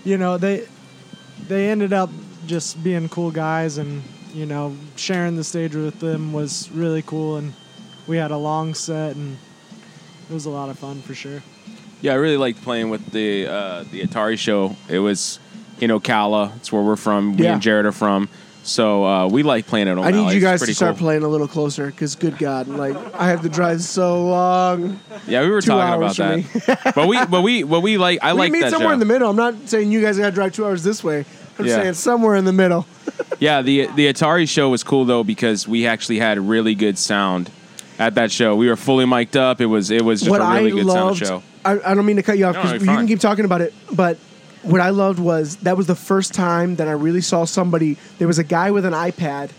Speaker 3: you know, they they ended up just being cool guys and you know sharing the stage with them was really cool and we had a long set and it was a lot of fun for sure.
Speaker 10: Yeah, I really liked playing with the uh, the Atari show. It was in Ocala. It's where we're from. We
Speaker 1: Yeah.
Speaker 10: and Jared are from. So uh, we like playing at
Speaker 1: I
Speaker 10: O'Malley's.
Speaker 1: need you
Speaker 10: It's
Speaker 1: guys
Speaker 10: pretty
Speaker 1: to start
Speaker 10: cool.
Speaker 1: playing a little closer because, good God, like I have to drive so long.
Speaker 10: Yeah, we were
Speaker 1: two
Speaker 10: talking about
Speaker 1: hours for
Speaker 10: that. [LAUGHS] but we, but we, but we like. I
Speaker 1: we
Speaker 10: like
Speaker 1: meet
Speaker 10: that
Speaker 1: somewhere
Speaker 10: show.
Speaker 1: in the middle. I'm not saying you guys got to drive two hours this way. I'm
Speaker 10: Yeah.
Speaker 1: saying somewhere in the middle.
Speaker 10: Yeah, the the Atari show was cool though because we actually had really good sound at that show. We were fully mic'd up. It was it was just
Speaker 1: what
Speaker 10: a really
Speaker 1: I
Speaker 10: good
Speaker 1: loved,
Speaker 10: sound show.
Speaker 1: I, I don't mean to cut you off
Speaker 10: No,
Speaker 1: because
Speaker 10: you're
Speaker 1: you
Speaker 10: fine.
Speaker 1: can keep talking about it, but what I loved was that was the first time that I really saw somebody. There was a guy with an iPad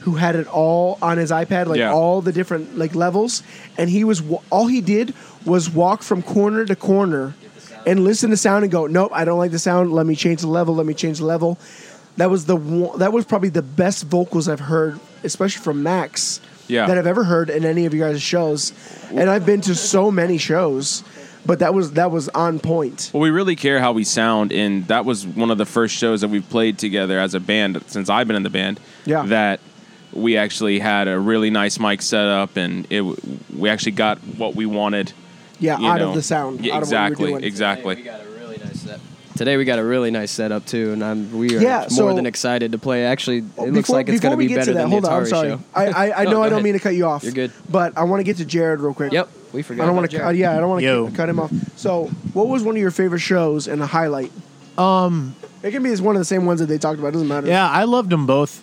Speaker 1: who had it all on his iPad, like
Speaker 12: Yeah.
Speaker 1: all the different like levels, and he was wa- all he did was walk from corner to corner and listen to sound and go, nope, I don't like the sound. Let me change the level. Let me change the level. That was the one, that was probably the best vocals I've heard, especially from Max.
Speaker 10: Yeah.
Speaker 1: That I've ever heard in any of you guys' shows, and I've been to so many shows, but that was that was on point.
Speaker 10: Well, we really care how we sound, and that was one of the first shows that we've played together as a band since I've been in the band.
Speaker 1: Yeah.
Speaker 10: That we actually had a really nice mic setup, and it we actually got what we wanted.
Speaker 1: Yeah,
Speaker 10: you
Speaker 1: out of
Speaker 10: know.
Speaker 1: the sound,
Speaker 10: Yeah,
Speaker 1: out of what we were
Speaker 10: exactly,
Speaker 1: doing.
Speaker 10: exactly.
Speaker 9: today we got a really nice setup too and I'm we are
Speaker 1: Yeah,
Speaker 9: more
Speaker 1: so- Oh,
Speaker 9: than excited to play actually it looks like it's going to
Speaker 1: we
Speaker 9: be
Speaker 1: get
Speaker 9: better
Speaker 1: to that,
Speaker 9: than
Speaker 1: hold
Speaker 9: the Atari
Speaker 1: on, I'm sorry.
Speaker 9: show
Speaker 1: I I, I
Speaker 9: No,
Speaker 1: know
Speaker 9: go
Speaker 1: I don't
Speaker 9: ahead.
Speaker 1: mean to cut you off.
Speaker 9: You're good.
Speaker 1: But I want to get to Jared real quick.
Speaker 9: Yep, we forgot
Speaker 1: I don't
Speaker 9: about
Speaker 1: want to.
Speaker 9: Jared.
Speaker 1: Cut, yeah, I don't want
Speaker 9: Yo.
Speaker 1: to cut him off. So, what was one of your favorite shows and a highlight?
Speaker 11: Um,
Speaker 1: it can be as one of the same ones that they talked about. It doesn't matter.
Speaker 11: Yeah, I loved them both,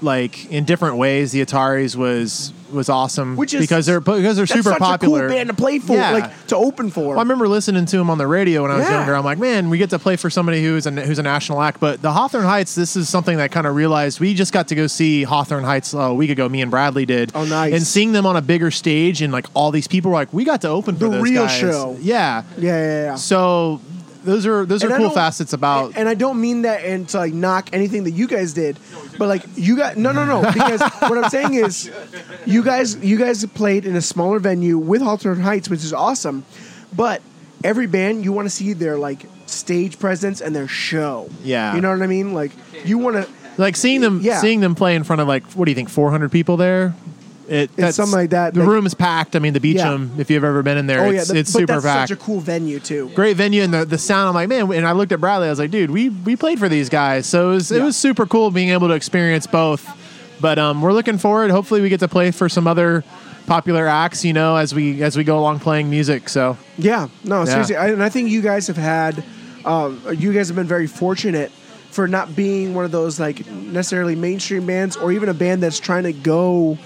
Speaker 11: like in different ways. The Ataris was was awesome,
Speaker 1: Which is
Speaker 11: because they're because they're
Speaker 1: that's
Speaker 11: super
Speaker 1: such
Speaker 11: popular.
Speaker 1: A cool band to play for,
Speaker 11: Yeah.
Speaker 1: like to open for.
Speaker 11: Well, I remember listening to him on the radio when I was
Speaker 1: Yeah.
Speaker 11: younger. I'm like, man, we get to play for somebody who's a, who's a national act. But the Hawthorne Heights, this is something that kind of realized we just got to go see Hawthorne Heights uh, a week ago. Me and Bradley did. Oh, nice! And seeing them on a bigger stage and like all these people were like, we got to open for
Speaker 1: The
Speaker 11: those
Speaker 1: real
Speaker 11: guys.
Speaker 1: show.
Speaker 11: Yeah.
Speaker 1: yeah, yeah, yeah.
Speaker 11: So those are those are
Speaker 1: And I
Speaker 11: cool
Speaker 1: don't-
Speaker 11: facets about
Speaker 1: and I don't mean that and to like knock anything that you guys did, but like you got no no no
Speaker 11: [LAUGHS]
Speaker 1: because what I'm saying is you guys you guys played in a smaller venue with Hawthorne Heights, which is awesome, but every band you want to see their like stage presence and their show.
Speaker 11: Yeah.
Speaker 1: you know what I mean. Like you want to
Speaker 11: like seeing them
Speaker 1: Yeah.
Speaker 11: seeing them play in front of like what do you think 400 people there it, that's
Speaker 1: something like that,
Speaker 11: the
Speaker 1: like-
Speaker 11: room is packed i mean the beecham if you've ever been in there
Speaker 1: oh yeah,
Speaker 11: it's,
Speaker 1: the-
Speaker 11: it's
Speaker 1: but
Speaker 11: super
Speaker 1: that's
Speaker 11: packed
Speaker 1: such a cool venue too.
Speaker 11: great venue and the, the sound i'm like man and i looked at bradley i was like dude we we played for these guys so it was, it was super cool being able to experience both but um, we're looking forward hopefully we get to play for some other popular acts you know as we as we go along playing music so
Speaker 1: Yeah, no,
Speaker 11: Yeah.
Speaker 1: seriously, I, and I think you guys have had, um, you guys have been very fortunate for not being one of those like necessarily mainstream bands or even a band that's trying to go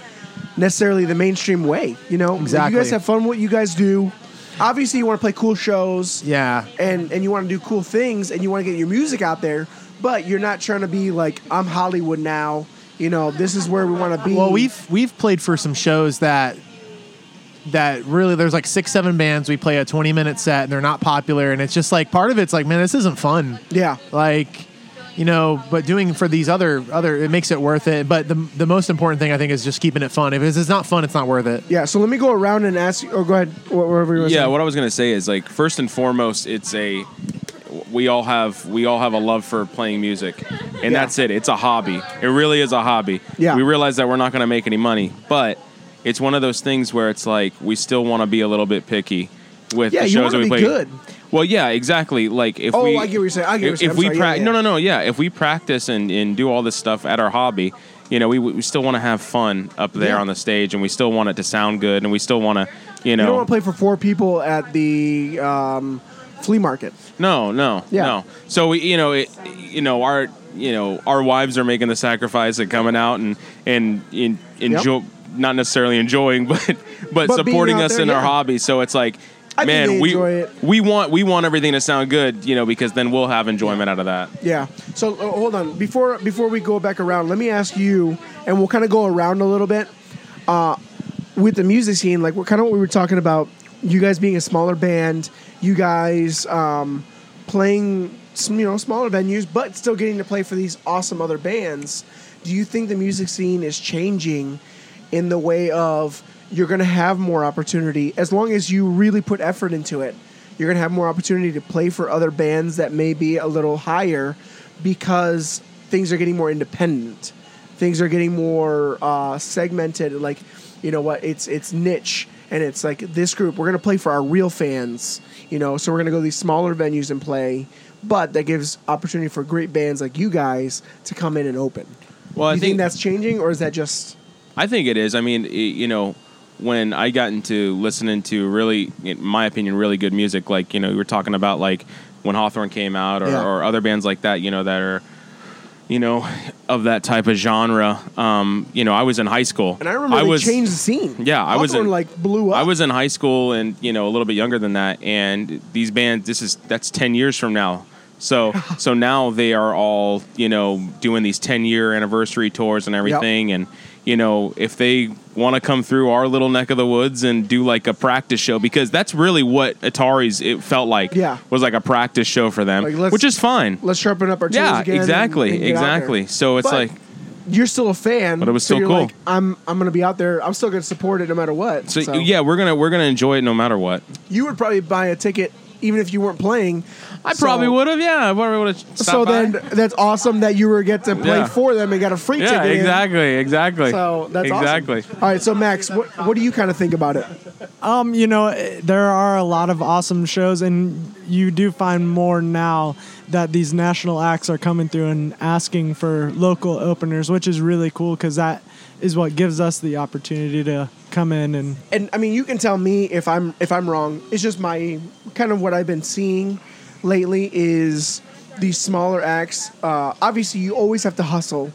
Speaker 1: necessarily the mainstream way. You know,
Speaker 11: Exactly.
Speaker 1: You guys have fun with what you guys do. Obviously, you want to play cool shows.
Speaker 11: Yeah.
Speaker 1: and and you want to do cool things, and you want to get your music out there, but you're not trying to be like I'm Hollywood now. You know, this is where we want to be.
Speaker 11: Well, we've we've played for some shows that that really there's like six seven bands we play a 20 minute set and they're not popular and it's just like part of it's like man this isn't fun
Speaker 1: yeah
Speaker 11: like you know but doing for these other other it makes it worth it but the the most important thing i think is just keeping it fun if it's it's not fun it's not worth it
Speaker 1: yeah. So let me go around and ask. you- Or go ahead. wh- Wherever you were
Speaker 10: yeah
Speaker 1: saying.
Speaker 10: what i was going to say is like first and foremost it's a we all have we all have a love for playing music and that's it it's a hobby it really is a hobby
Speaker 1: Yeah.
Speaker 10: we realize that we're not going to make any money but it's one of those things where it's like we still want to be a little bit picky with
Speaker 1: Yeah,
Speaker 10: the
Speaker 1: you
Speaker 10: shows
Speaker 1: wanna
Speaker 10: that we
Speaker 1: be
Speaker 10: play
Speaker 1: good.
Speaker 10: well yeah exactly like if
Speaker 1: oh,
Speaker 10: we
Speaker 1: I get what you're saying. I get what
Speaker 10: if,
Speaker 1: you're saying.
Speaker 10: if
Speaker 1: I'm
Speaker 10: we
Speaker 1: sorry, yeah,
Speaker 10: prac-
Speaker 1: yeah.
Speaker 10: no no no yeah if we practice and, and do all this stuff at our hobby you know we, we still want to have fun up there
Speaker 1: Yeah.
Speaker 10: on the stage and we still want it to sound good and we still want to you know
Speaker 1: You don't want to play for four people at the um, flea market.
Speaker 10: No, no,
Speaker 1: Yeah.
Speaker 10: no. So we, you know, it, you know, our, you know, our wives are making the sacrifice and coming out and and, and enjoy, not necessarily enjoying, but
Speaker 1: But
Speaker 10: but,
Speaker 1: being
Speaker 10: supporting
Speaker 1: out
Speaker 10: us
Speaker 1: there,
Speaker 10: in our
Speaker 1: yeah.
Speaker 10: hobby. So it's like,
Speaker 1: I think
Speaker 10: man,
Speaker 1: they
Speaker 10: we
Speaker 1: enjoy it.
Speaker 10: we want we want everything to sound good, you know, because then we'll have enjoyment out of that.
Speaker 1: Yeah. So uh, hold on before before we go back around. Let me ask you, and we'll kind of go around a little bit. Uh, with the music scene, like what kind of what we were talking about, you guys being a smaller band, you guys um, playing some, you know smaller venues, but still getting to play for these awesome other bands. Do you think the music scene is changing in the way of you're going to have more opportunity as long as you really put effort into it? You're going to have more opportunity to play for other bands that may be a little higher because things are getting more independent things are getting more uh, segmented. Like, you know what? It's it's niche, and it's like this group. We're gonna play for our real fans, you know. So we're gonna go to these smaller venues and play, but that gives opportunity for great bands like you guys to come in and open.
Speaker 10: Well, I
Speaker 1: you
Speaker 10: think-
Speaker 1: that's changing, or is that just
Speaker 10: I think it is. I mean, i you know, when I got into listening to really, in my opinion, really good music, like you know, you were talking about like when Hawthorne came out, or,
Speaker 12: Yeah.
Speaker 10: or other bands like that, you know, that are, you know, of that type of genre. Um, you know, I was in high school,
Speaker 1: And I remember they
Speaker 10: was
Speaker 1: changed the scene.
Speaker 10: Yeah, I was
Speaker 1: Hawthorne,
Speaker 10: in-
Speaker 1: like blew up.
Speaker 10: I was in high school and you know a little bit younger than that, and these bands. This is that's ten years from now. So so now they are all you know doing these ten year anniversary tours and everything, and you know if they want to come through our little neck of the woods and do like a practice show because that's really what Atari's it felt like.
Speaker 1: Yeah.
Speaker 10: was like a practice show for them,
Speaker 1: Like, let's-
Speaker 10: which is fine.
Speaker 1: let's sharpen up our tools
Speaker 10: Yeah,
Speaker 1: again and-
Speaker 10: exactly,
Speaker 1: and get out there.
Speaker 10: exactly. So it's
Speaker 1: But
Speaker 10: like
Speaker 1: you're still a fan,
Speaker 10: But it was
Speaker 1: so
Speaker 10: still
Speaker 1: you're
Speaker 10: cool.
Speaker 1: Like, I'm I'm gonna be out there. I'm still gonna support it no matter what.
Speaker 10: so, yeah, we're gonna we're gonna enjoy it no matter what.
Speaker 1: you would probably buy a ticket even if you weren't playing.
Speaker 10: I probably would have. Yeah, I probably would have.
Speaker 1: So then, that's awesome that you were get to play
Speaker 10: Yeah.
Speaker 1: for them and got a free
Speaker 10: yeah,
Speaker 1: ticket. in.
Speaker 10: exactly, exactly.
Speaker 1: So that's awesome.
Speaker 10: exactly.
Speaker 1: All right, so Max, what, what do you kind of think about it?
Speaker 3: Um, you know, eh, there are a lot of awesome shows, and you do find more now that these national acts are coming through and asking for local openers, which is really cool because that is what gives us the opportunity to come in and
Speaker 1: And I mean, you can tell me if I'm if I'm wrong. It's just my kind of what I've been seeing lately is these smaller acts. Uh, obviously, you always have to hustle.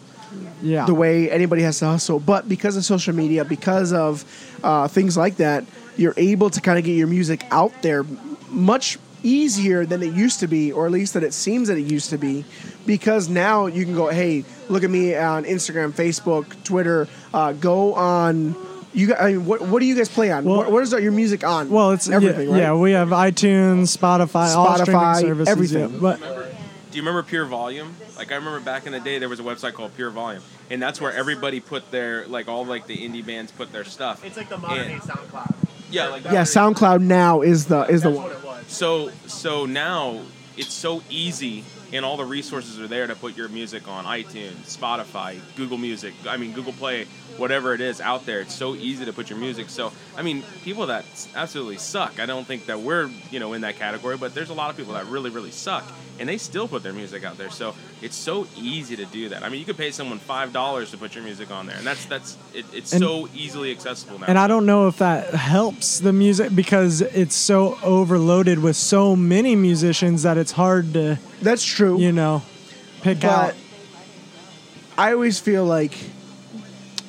Speaker 3: yeah.
Speaker 1: the way anybody has to hustle. But because of social media, because of uh, things like that, you're able to kind of get your music out there m- much easier than it used to be, or at least that it seems that it used to be, because now you can go, hey, look at me on Instagram, Facebook, Twitter. Uh, go on. You guys, I mean, what, what do you guys play on? what, what is your music on? Well, it's everything,
Speaker 3: yeah,
Speaker 1: right?
Speaker 3: yeah, we have iTunes, Spotify, all
Speaker 1: Spotify,
Speaker 3: streaming services,
Speaker 1: everything.
Speaker 3: yeah, but
Speaker 10: Do you remember Pure Volume? Like I remember back in the day, there was a website called Pure Volume, and that's where everybody put their like all like the indie bands put their stuff. It's like the modern day SoundCloud. Yeah, like
Speaker 1: yeah. SoundCloud now is the is the one.
Speaker 10: So so now it's so easy, and all the resources are there to put your music on iTunes, Spotify, Google Music. I mean Google Play, whatever it is out there. It's so easy to put your music. So I mean, people that absolutely suck. I don't think that we're you know in that category, but there's a lot of people that really really suck, and they still put their music out there. So it's so easy to do that. I mean, you could pay someone five dollars to put your music on there, and that's that's it, it's
Speaker 3: And-
Speaker 10: so easily accessible now.
Speaker 3: And I don't know if that helps the music because it's so overloaded with so many musicians that it's hard to.
Speaker 1: That's true.
Speaker 3: You know, pick out.
Speaker 1: I always feel like,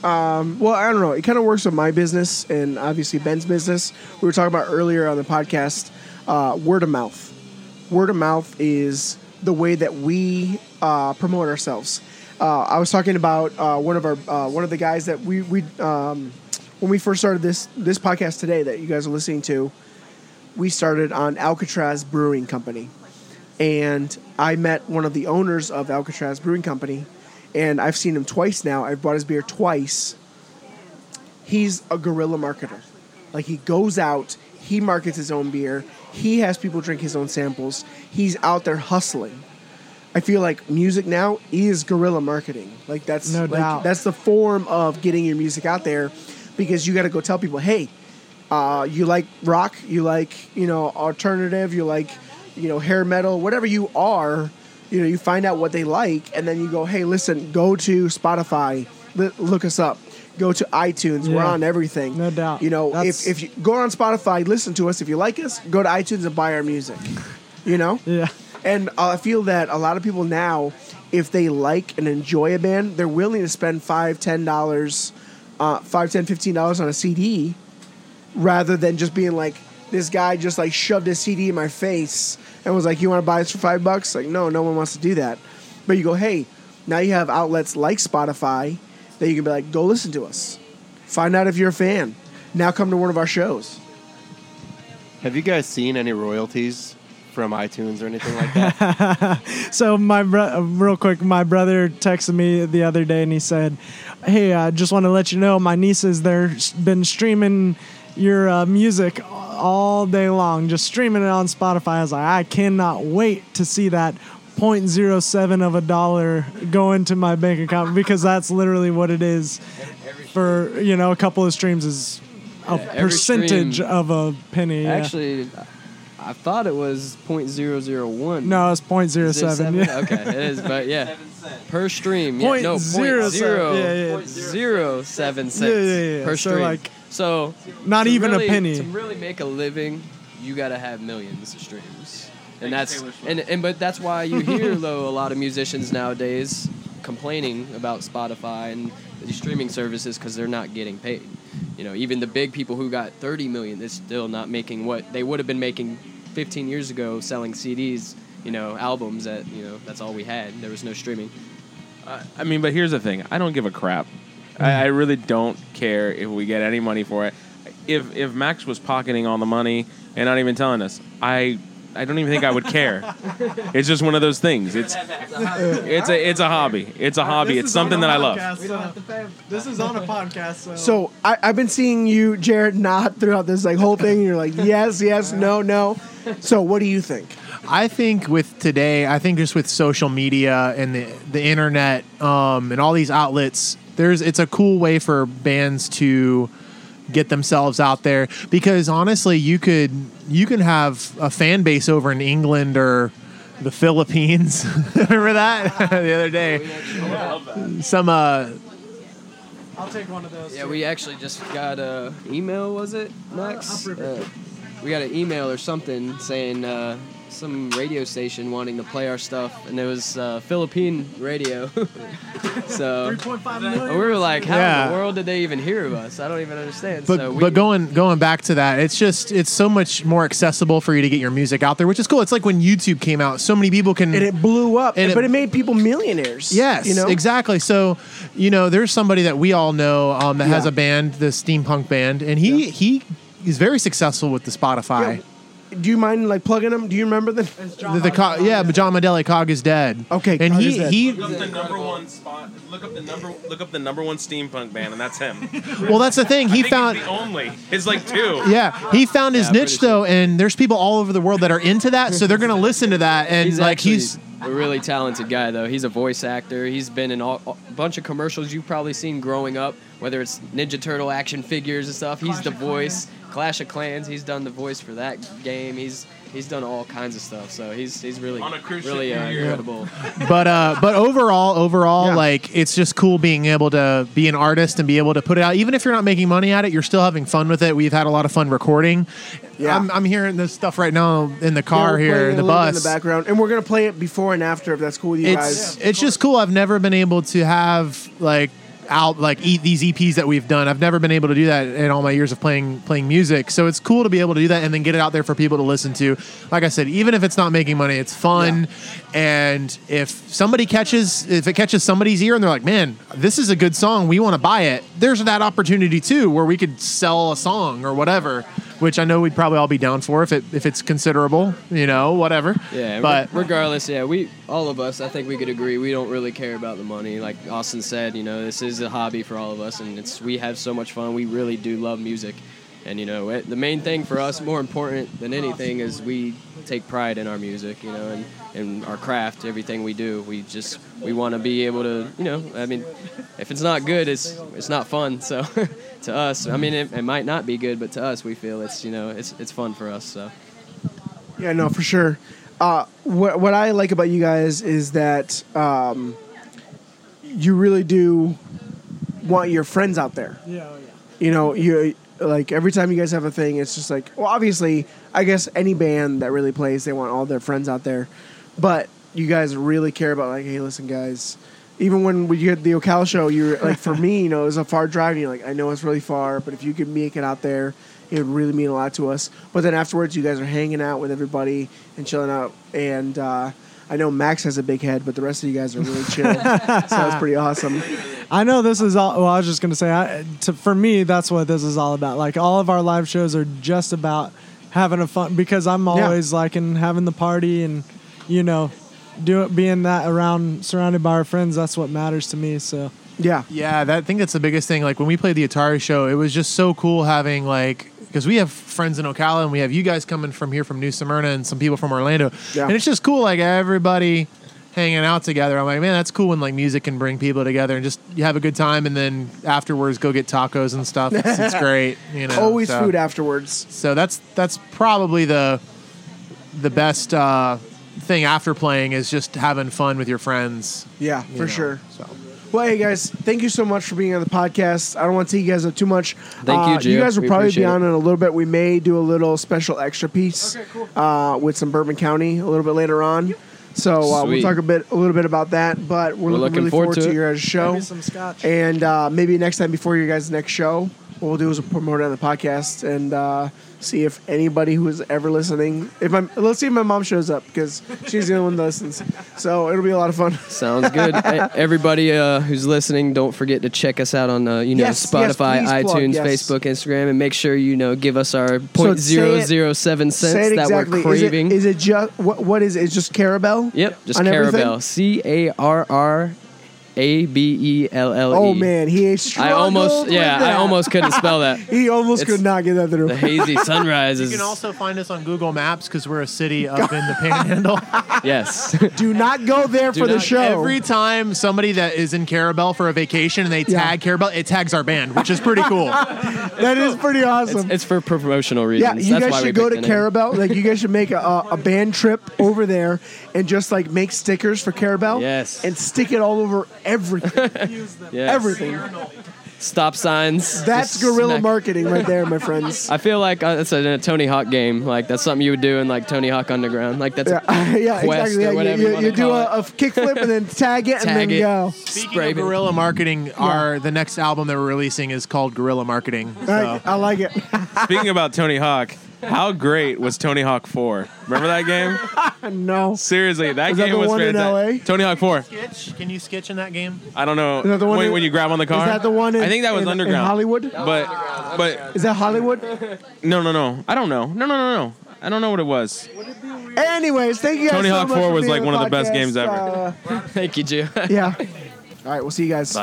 Speaker 1: um, well, I don't know. It kind of works with my business and obviously Ben's business. We were talking about earlier on the podcast uh, word of mouth. Word of mouth is the way that we uh, promote ourselves. Uh, I was talking about uh, one of our uh, one of the guys that we we um, when we first started this this podcast today that you guys are listening to. We started on Alcatraz Brewing Company and I met one of the owners of Alcatraz Brewing Company, and I've seen him twice now. I've bought his beer twice. He's a guerrilla marketer. Like he goes out, he markets his own beer, he has people drink his own samples. He's out there hustling. I feel like music now is guerrilla marketing. Like that's
Speaker 3: No
Speaker 1: like,
Speaker 3: doubt.
Speaker 1: that's the form of getting your music out there because you got to go tell people, "Hey, uh, you like rock, you like you know alternative, you like you know hair metal, whatever you are, you know you find out what they like, and then you go, hey, listen, go to Spotify, li- look us up, go to iTunes, we're
Speaker 3: Yeah.
Speaker 1: on everything,
Speaker 3: No doubt.
Speaker 1: You know,
Speaker 3: That's-
Speaker 1: if if you go on Spotify, listen to us. If you like us, go to iTunes and buy our music. You know,
Speaker 3: yeah.
Speaker 1: And I feel that a lot of people now, if they like and enjoy a band, they're willing to spend five, ten dollars uh, five, ten, fifteen dollars on a CD, rather than just being like this guy just like shoved a CD in my face and was like, "You want to buy this for five bucks?" Like, no, no one wants to do that. But you go, hey, now you have outlets like Spotify that you can be like, go listen to us, find out if you're a fan. Now come to one of our shows.
Speaker 2: Have you guys seen any royalties from iTunes or anything like that?
Speaker 3: so my bro- uh, real quick, my brother texted me the other day and he said, "Hey, I just want to let you know my nieces they're been streaming your uh, music all day long, just streaming it on Spotify." I was like, "I cannot wait to see that." 0.07 of a dollar go into my bank account because that's literally what it is for you know a couple of streams is a
Speaker 9: every
Speaker 3: percentage
Speaker 9: stream-
Speaker 3: of a penny yeah.
Speaker 9: Actually, I thought it was .001.
Speaker 3: No, it's 0.07, [LAUGHS] yeah.
Speaker 9: Okay, it is, but yeah. Per stream, yeah,
Speaker 3: Point
Speaker 9: no,
Speaker 3: zero
Speaker 9: point zero,
Speaker 3: seven- yeah, yeah.
Speaker 9: point zero seven
Speaker 3: Yeah, yeah,
Speaker 9: cents
Speaker 3: yeah, yeah.
Speaker 9: per
Speaker 3: So,
Speaker 9: stream.
Speaker 3: like,
Speaker 9: so
Speaker 3: not
Speaker 9: to
Speaker 3: even a
Speaker 9: really-
Speaker 3: penny.
Speaker 9: To really make a living, you gotta have millions of streams, and that's and, and but that's why you hear though a lot of musicians nowadays complaining about Spotify and the streaming services because they're not getting paid. You know, even the big people who got 30 million, they're still not making what they would have been making 15 years ago selling CDs. You know, albums that you know that's all we had. There was no streaming.
Speaker 10: I mean, but here's the thing. I don't give a crap. I, I really don't care if we get any money for it. If if Max was pocketing all the money and not even telling us, I I don't even think I would care. it's just one of those things. It's it's a it's a hobby. It's a hobby. It's something that I love.
Speaker 3: We don't have to pay. uh, This is on a podcast, so.
Speaker 1: So I, I've been seeing you, Jared, nod throughout this like whole thing. You're like, yes, yes, no, no. So what do you think?
Speaker 11: I think with today, I think just with social media and the the internet um, and all these outlets, there's it's a cool way for bands to get themselves out there because honestly, you could you can have a fan base over in England or the Philippines. [LAUGHS] Remember that [LAUGHS] the other day? Some uh,
Speaker 3: I'll take one of those.
Speaker 9: Yeah, we actually just got a email. Was it Max? Uh, we got an email or something saying uh, some radio station wanting to play our stuff, and it was uh, Philippine radio. [LAUGHS] so
Speaker 3: 3.5
Speaker 9: and
Speaker 3: million.
Speaker 9: we were like, [LAUGHS] how in
Speaker 11: Yeah.
Speaker 9: the world did they even hear of us? I don't even understand.
Speaker 11: But
Speaker 9: so we,
Speaker 11: but going going back to that, it's just it's so much more accessible for you to get your music out there, which is cool. It's like when YouTube came out, so many people can
Speaker 1: And it blew up,
Speaker 11: And it-
Speaker 1: but it made people millionaires.
Speaker 11: Yes,
Speaker 1: you know
Speaker 11: exactly. So, you know, there's somebody that we all know um, that has a band, the steampunk band, and he he is very successful with the Spotify.
Speaker 1: Do you mind like plugging them? Do you remember them?
Speaker 11: The, the co- yeah, but John Modele, Cog is dead.
Speaker 1: Okay,
Speaker 11: and
Speaker 1: Cog
Speaker 11: he
Speaker 1: is dead.
Speaker 11: he.
Speaker 10: Look up the number one spot. Look up the number. Look up the number one steampunk band, and that's him.
Speaker 11: [LAUGHS] Well, that's the thing.
Speaker 10: I
Speaker 11: He
Speaker 10: think
Speaker 11: found
Speaker 10: he's the only. It's like two.
Speaker 11: Yeah, he found his niche though, and there's people all over the world that are into that, so they're gonna listen to that, and
Speaker 9: he's
Speaker 11: like
Speaker 9: actually
Speaker 11: he's
Speaker 9: a really talented guy, though. He's a voice actor. He's been in all, a bunch of commercials you've probably seen growing up, whether it's Ninja Turtle action figures and stuff. He's the voice. Clash of Clans. He's done the voice for that game. He's he's done all kinds of stuff. So he's he's really
Speaker 10: On a cruise ship
Speaker 9: really uh,
Speaker 10: every year.
Speaker 9: incredible.
Speaker 11: but uh but overall overall like it's just cool being able to be an artist and be able to put it out even if you're not making money at it you're still having fun with it we've had a lot of fun recording yeah i'm, I'm hearing this stuff right now in the [LAUGHS] car
Speaker 1: Yeah, we're
Speaker 11: here
Speaker 1: playing
Speaker 11: in the
Speaker 1: a little bit
Speaker 11: bus
Speaker 1: in the background, and we're gonna play it before and after if that's cool with you
Speaker 11: it's
Speaker 1: guys.
Speaker 11: it's just cool i've never been able to have like out like eat these eps that we've done i've never been able to do that in all my years of playing playing music so it's cool to be able to do that and then get it out there for people to listen to like i said even if it's not making money it's fun and if somebody catches if it catches somebody's ear and they're like man this is a good song we want to buy it there's that opportunity too where we could sell a song or whatever which i know we'd probably all be down for if it if it's considerable you know whatever
Speaker 9: Yeah,
Speaker 11: but
Speaker 9: but regardless, yeah, we all of us, I think we could agree, we don't really care about the money. Like Austin said, you know, this is a hobby for all of us, and it's we have so much fun. We really do love music, and you know, it, the main thing for us, more important than anything, is we take pride in our music, you know, and and our craft, everything we do. We just we want to be able to, you know, I mean, if it's not good, it's it's not fun. [LAUGHS] So. To us, I mean, it, it might not be good, but to us, we feel it's you know it's it's fun for us. So
Speaker 1: Yeah, no, for sure. Uh, what what I like about you guys is that um, you really do want your friends out there.
Speaker 3: Yeah, oh, yeah.
Speaker 1: You know, you like every time you guys have a thing, it's just like well, obviously, I guess any band that really plays, they want all their friends out there. But you guys really care about like, hey, listen, guys, even when we did the Ocala show, you're like, for me, you know, it was a far drive. And you're like, I know it's really far, but if you could make it out there, it would really mean a lot to us. But then afterwards, you guys are hanging out with everybody and chilling out. And uh, I know Max has a big head, but the rest of you guys are really chill. so that's pretty awesome.
Speaker 3: I know this is all. Well, I was just gonna say, I, to, for me, that's what this is all about. Like all of our live shows are just about having a fun because I'm always like in having the party and you know, doing being that around surrounded by our friends. That's what matters to me. So
Speaker 1: Yeah.
Speaker 11: Yeah, that, I think that's the biggest thing. Like when we played the Atari show, it was just so cool having like because we have friends in Ocala and we have you guys coming from here from New Smyrna and some people from Orlando,
Speaker 1: Yeah.
Speaker 11: and it's just cool like everybody hanging out together. I'm like, man, that's cool when like music can bring people together and just you have a good time, and then afterwards go get tacos and stuff. It's,
Speaker 1: [LAUGHS]
Speaker 11: it's great, you know.
Speaker 1: Always
Speaker 11: so-
Speaker 1: food afterwards.
Speaker 11: So that's that's probably the the best uh, thing after playing is just having fun with your friends.
Speaker 1: Yeah,
Speaker 11: you
Speaker 1: for
Speaker 11: know,
Speaker 1: sure.
Speaker 11: So.
Speaker 1: Well, hey guys, thank you so much for being on the podcast. I don't want to take you guys up too much.
Speaker 11: Thank you,
Speaker 1: Uh,
Speaker 11: Gio.
Speaker 1: You guys will
Speaker 11: We
Speaker 1: probably be
Speaker 11: appreciate
Speaker 1: on
Speaker 11: it.
Speaker 1: in a little bit. We may do a little special extra piece uh, with some Bourbon County a little bit later on. So uh, we'll
Speaker 9: Sweet.
Speaker 1: talk a bit, a little bit about that. But we're,
Speaker 9: We're
Speaker 1: looking,
Speaker 9: looking
Speaker 1: really
Speaker 9: forward
Speaker 1: forward, to,
Speaker 9: to it.
Speaker 1: your guys' show.
Speaker 3: Maybe some scotch.
Speaker 1: And uh, maybe next time before your guys' next show, what we'll do is we'll promote it on the podcast and uh, see if anybody who is ever listening, if my let's see if my mom shows up because she's the only one that listens. So it'll be a lot of fun.
Speaker 9: Sounds
Speaker 1: [LAUGHS]
Speaker 9: good. E- Everybody uh, who's listening, don't forget to check us out on uh, you know
Speaker 1: Yes, yes,
Speaker 9: Spotify,
Speaker 1: please plug,
Speaker 9: iTunes,
Speaker 1: yes.
Speaker 9: Facebook, Instagram, and make sure you know give us our
Speaker 1: So
Speaker 9: point
Speaker 1: say
Speaker 9: zero
Speaker 1: it-
Speaker 9: zero seven
Speaker 1: Say
Speaker 9: cents
Speaker 1: it
Speaker 9: that
Speaker 1: exactly.
Speaker 9: we're craving.
Speaker 1: Is it, is it just what? What is it? It's just Carabel.
Speaker 9: yep, just
Speaker 1: on everything?
Speaker 9: Carabel. C A R R A B E L L E.
Speaker 1: Oh man, he struggled.
Speaker 9: I almost
Speaker 1: with
Speaker 9: yeah, I
Speaker 1: that.
Speaker 9: almost couldn't spell that.
Speaker 1: he almost
Speaker 9: It's
Speaker 1: could not get that through.
Speaker 9: The hazy sunrise
Speaker 11: You
Speaker 9: is
Speaker 11: can also find us on Google Maps because we're a city up in the Panhandle.
Speaker 9: yes. [LAUGHS]
Speaker 1: Do not [LAUGHS] go there for the show.
Speaker 11: Every time somebody that is in Carabel for a vacation and they tag Carabel, it tags our band, which is pretty
Speaker 1: [LAUGHS]
Speaker 11: cool.
Speaker 1: that is pretty awesome.
Speaker 9: [LAUGHS] It's for promotional
Speaker 1: yeah,
Speaker 9: reasons.
Speaker 1: you
Speaker 9: That's why
Speaker 1: guys
Speaker 9: we
Speaker 1: should go to
Speaker 9: picked the name.
Speaker 1: Carabel. Like you guys should make a, a, a band
Speaker 9: [LAUGHS]
Speaker 1: trip over there and just like make stickers for Carabel. Yes. And stick it all over everything.
Speaker 9: Yes.
Speaker 1: Everything.
Speaker 9: Stop
Speaker 1: [LAUGHS]
Speaker 9: signs.
Speaker 1: That's
Speaker 9: Just
Speaker 1: guerrilla
Speaker 9: smack-
Speaker 1: marketing right there,
Speaker 9: [LAUGHS]
Speaker 1: my friends.
Speaker 9: I feel like uh, it's a, a Tony Hawk game. Like that's something you would do in like Tony Hawk Underground. Like that's
Speaker 1: Yeah, [LAUGHS]
Speaker 9: a
Speaker 1: yeah,
Speaker 9: quest
Speaker 1: exactly.
Speaker 9: or
Speaker 1: Yeah,
Speaker 9: whatever
Speaker 1: you-
Speaker 9: you,
Speaker 1: you
Speaker 9: wanna
Speaker 1: you do
Speaker 9: call it.
Speaker 1: a, a kickflip and then tag it and
Speaker 9: Tag
Speaker 1: then
Speaker 9: it.
Speaker 1: go.
Speaker 11: Speaking of guerrilla marketing, our the next album that we're releasing is called Guerrilla Marketing. So.
Speaker 1: Right, I like it.
Speaker 10: Speaking about Tony Hawk, how great was Tony Hawk 4? Remember that game?
Speaker 1: no.
Speaker 10: Seriously, that
Speaker 1: Was that
Speaker 10: game
Speaker 1: the
Speaker 10: was
Speaker 1: one in
Speaker 10: fantastic.
Speaker 1: LA?
Speaker 10: Tony Hawk 4.
Speaker 11: Sketch? Can you sketch in that game?
Speaker 10: I don't know.
Speaker 1: Is that the one
Speaker 10: when,
Speaker 1: in-
Speaker 10: when you grab on the car?
Speaker 1: Is that the one? In,
Speaker 10: I think that was
Speaker 1: in- in
Speaker 10: underground.
Speaker 1: Hollywood.
Speaker 10: But, but
Speaker 1: Is that Hollywood?
Speaker 10: no, no, no. I don't know. No, no, no, no. I don't know what it
Speaker 9: [LAUGHS]
Speaker 10: was.
Speaker 1: Anyways, thank you guys.
Speaker 10: Tony
Speaker 1: so
Speaker 10: Hawk
Speaker 1: much
Speaker 10: 4
Speaker 1: for
Speaker 10: was
Speaker 1: being
Speaker 10: like
Speaker 1: on
Speaker 10: one of the best
Speaker 1: podcast.
Speaker 10: games ever.
Speaker 1: Uh,
Speaker 9: Thank you, Joe.
Speaker 1: yeah. All right, we'll see you guys.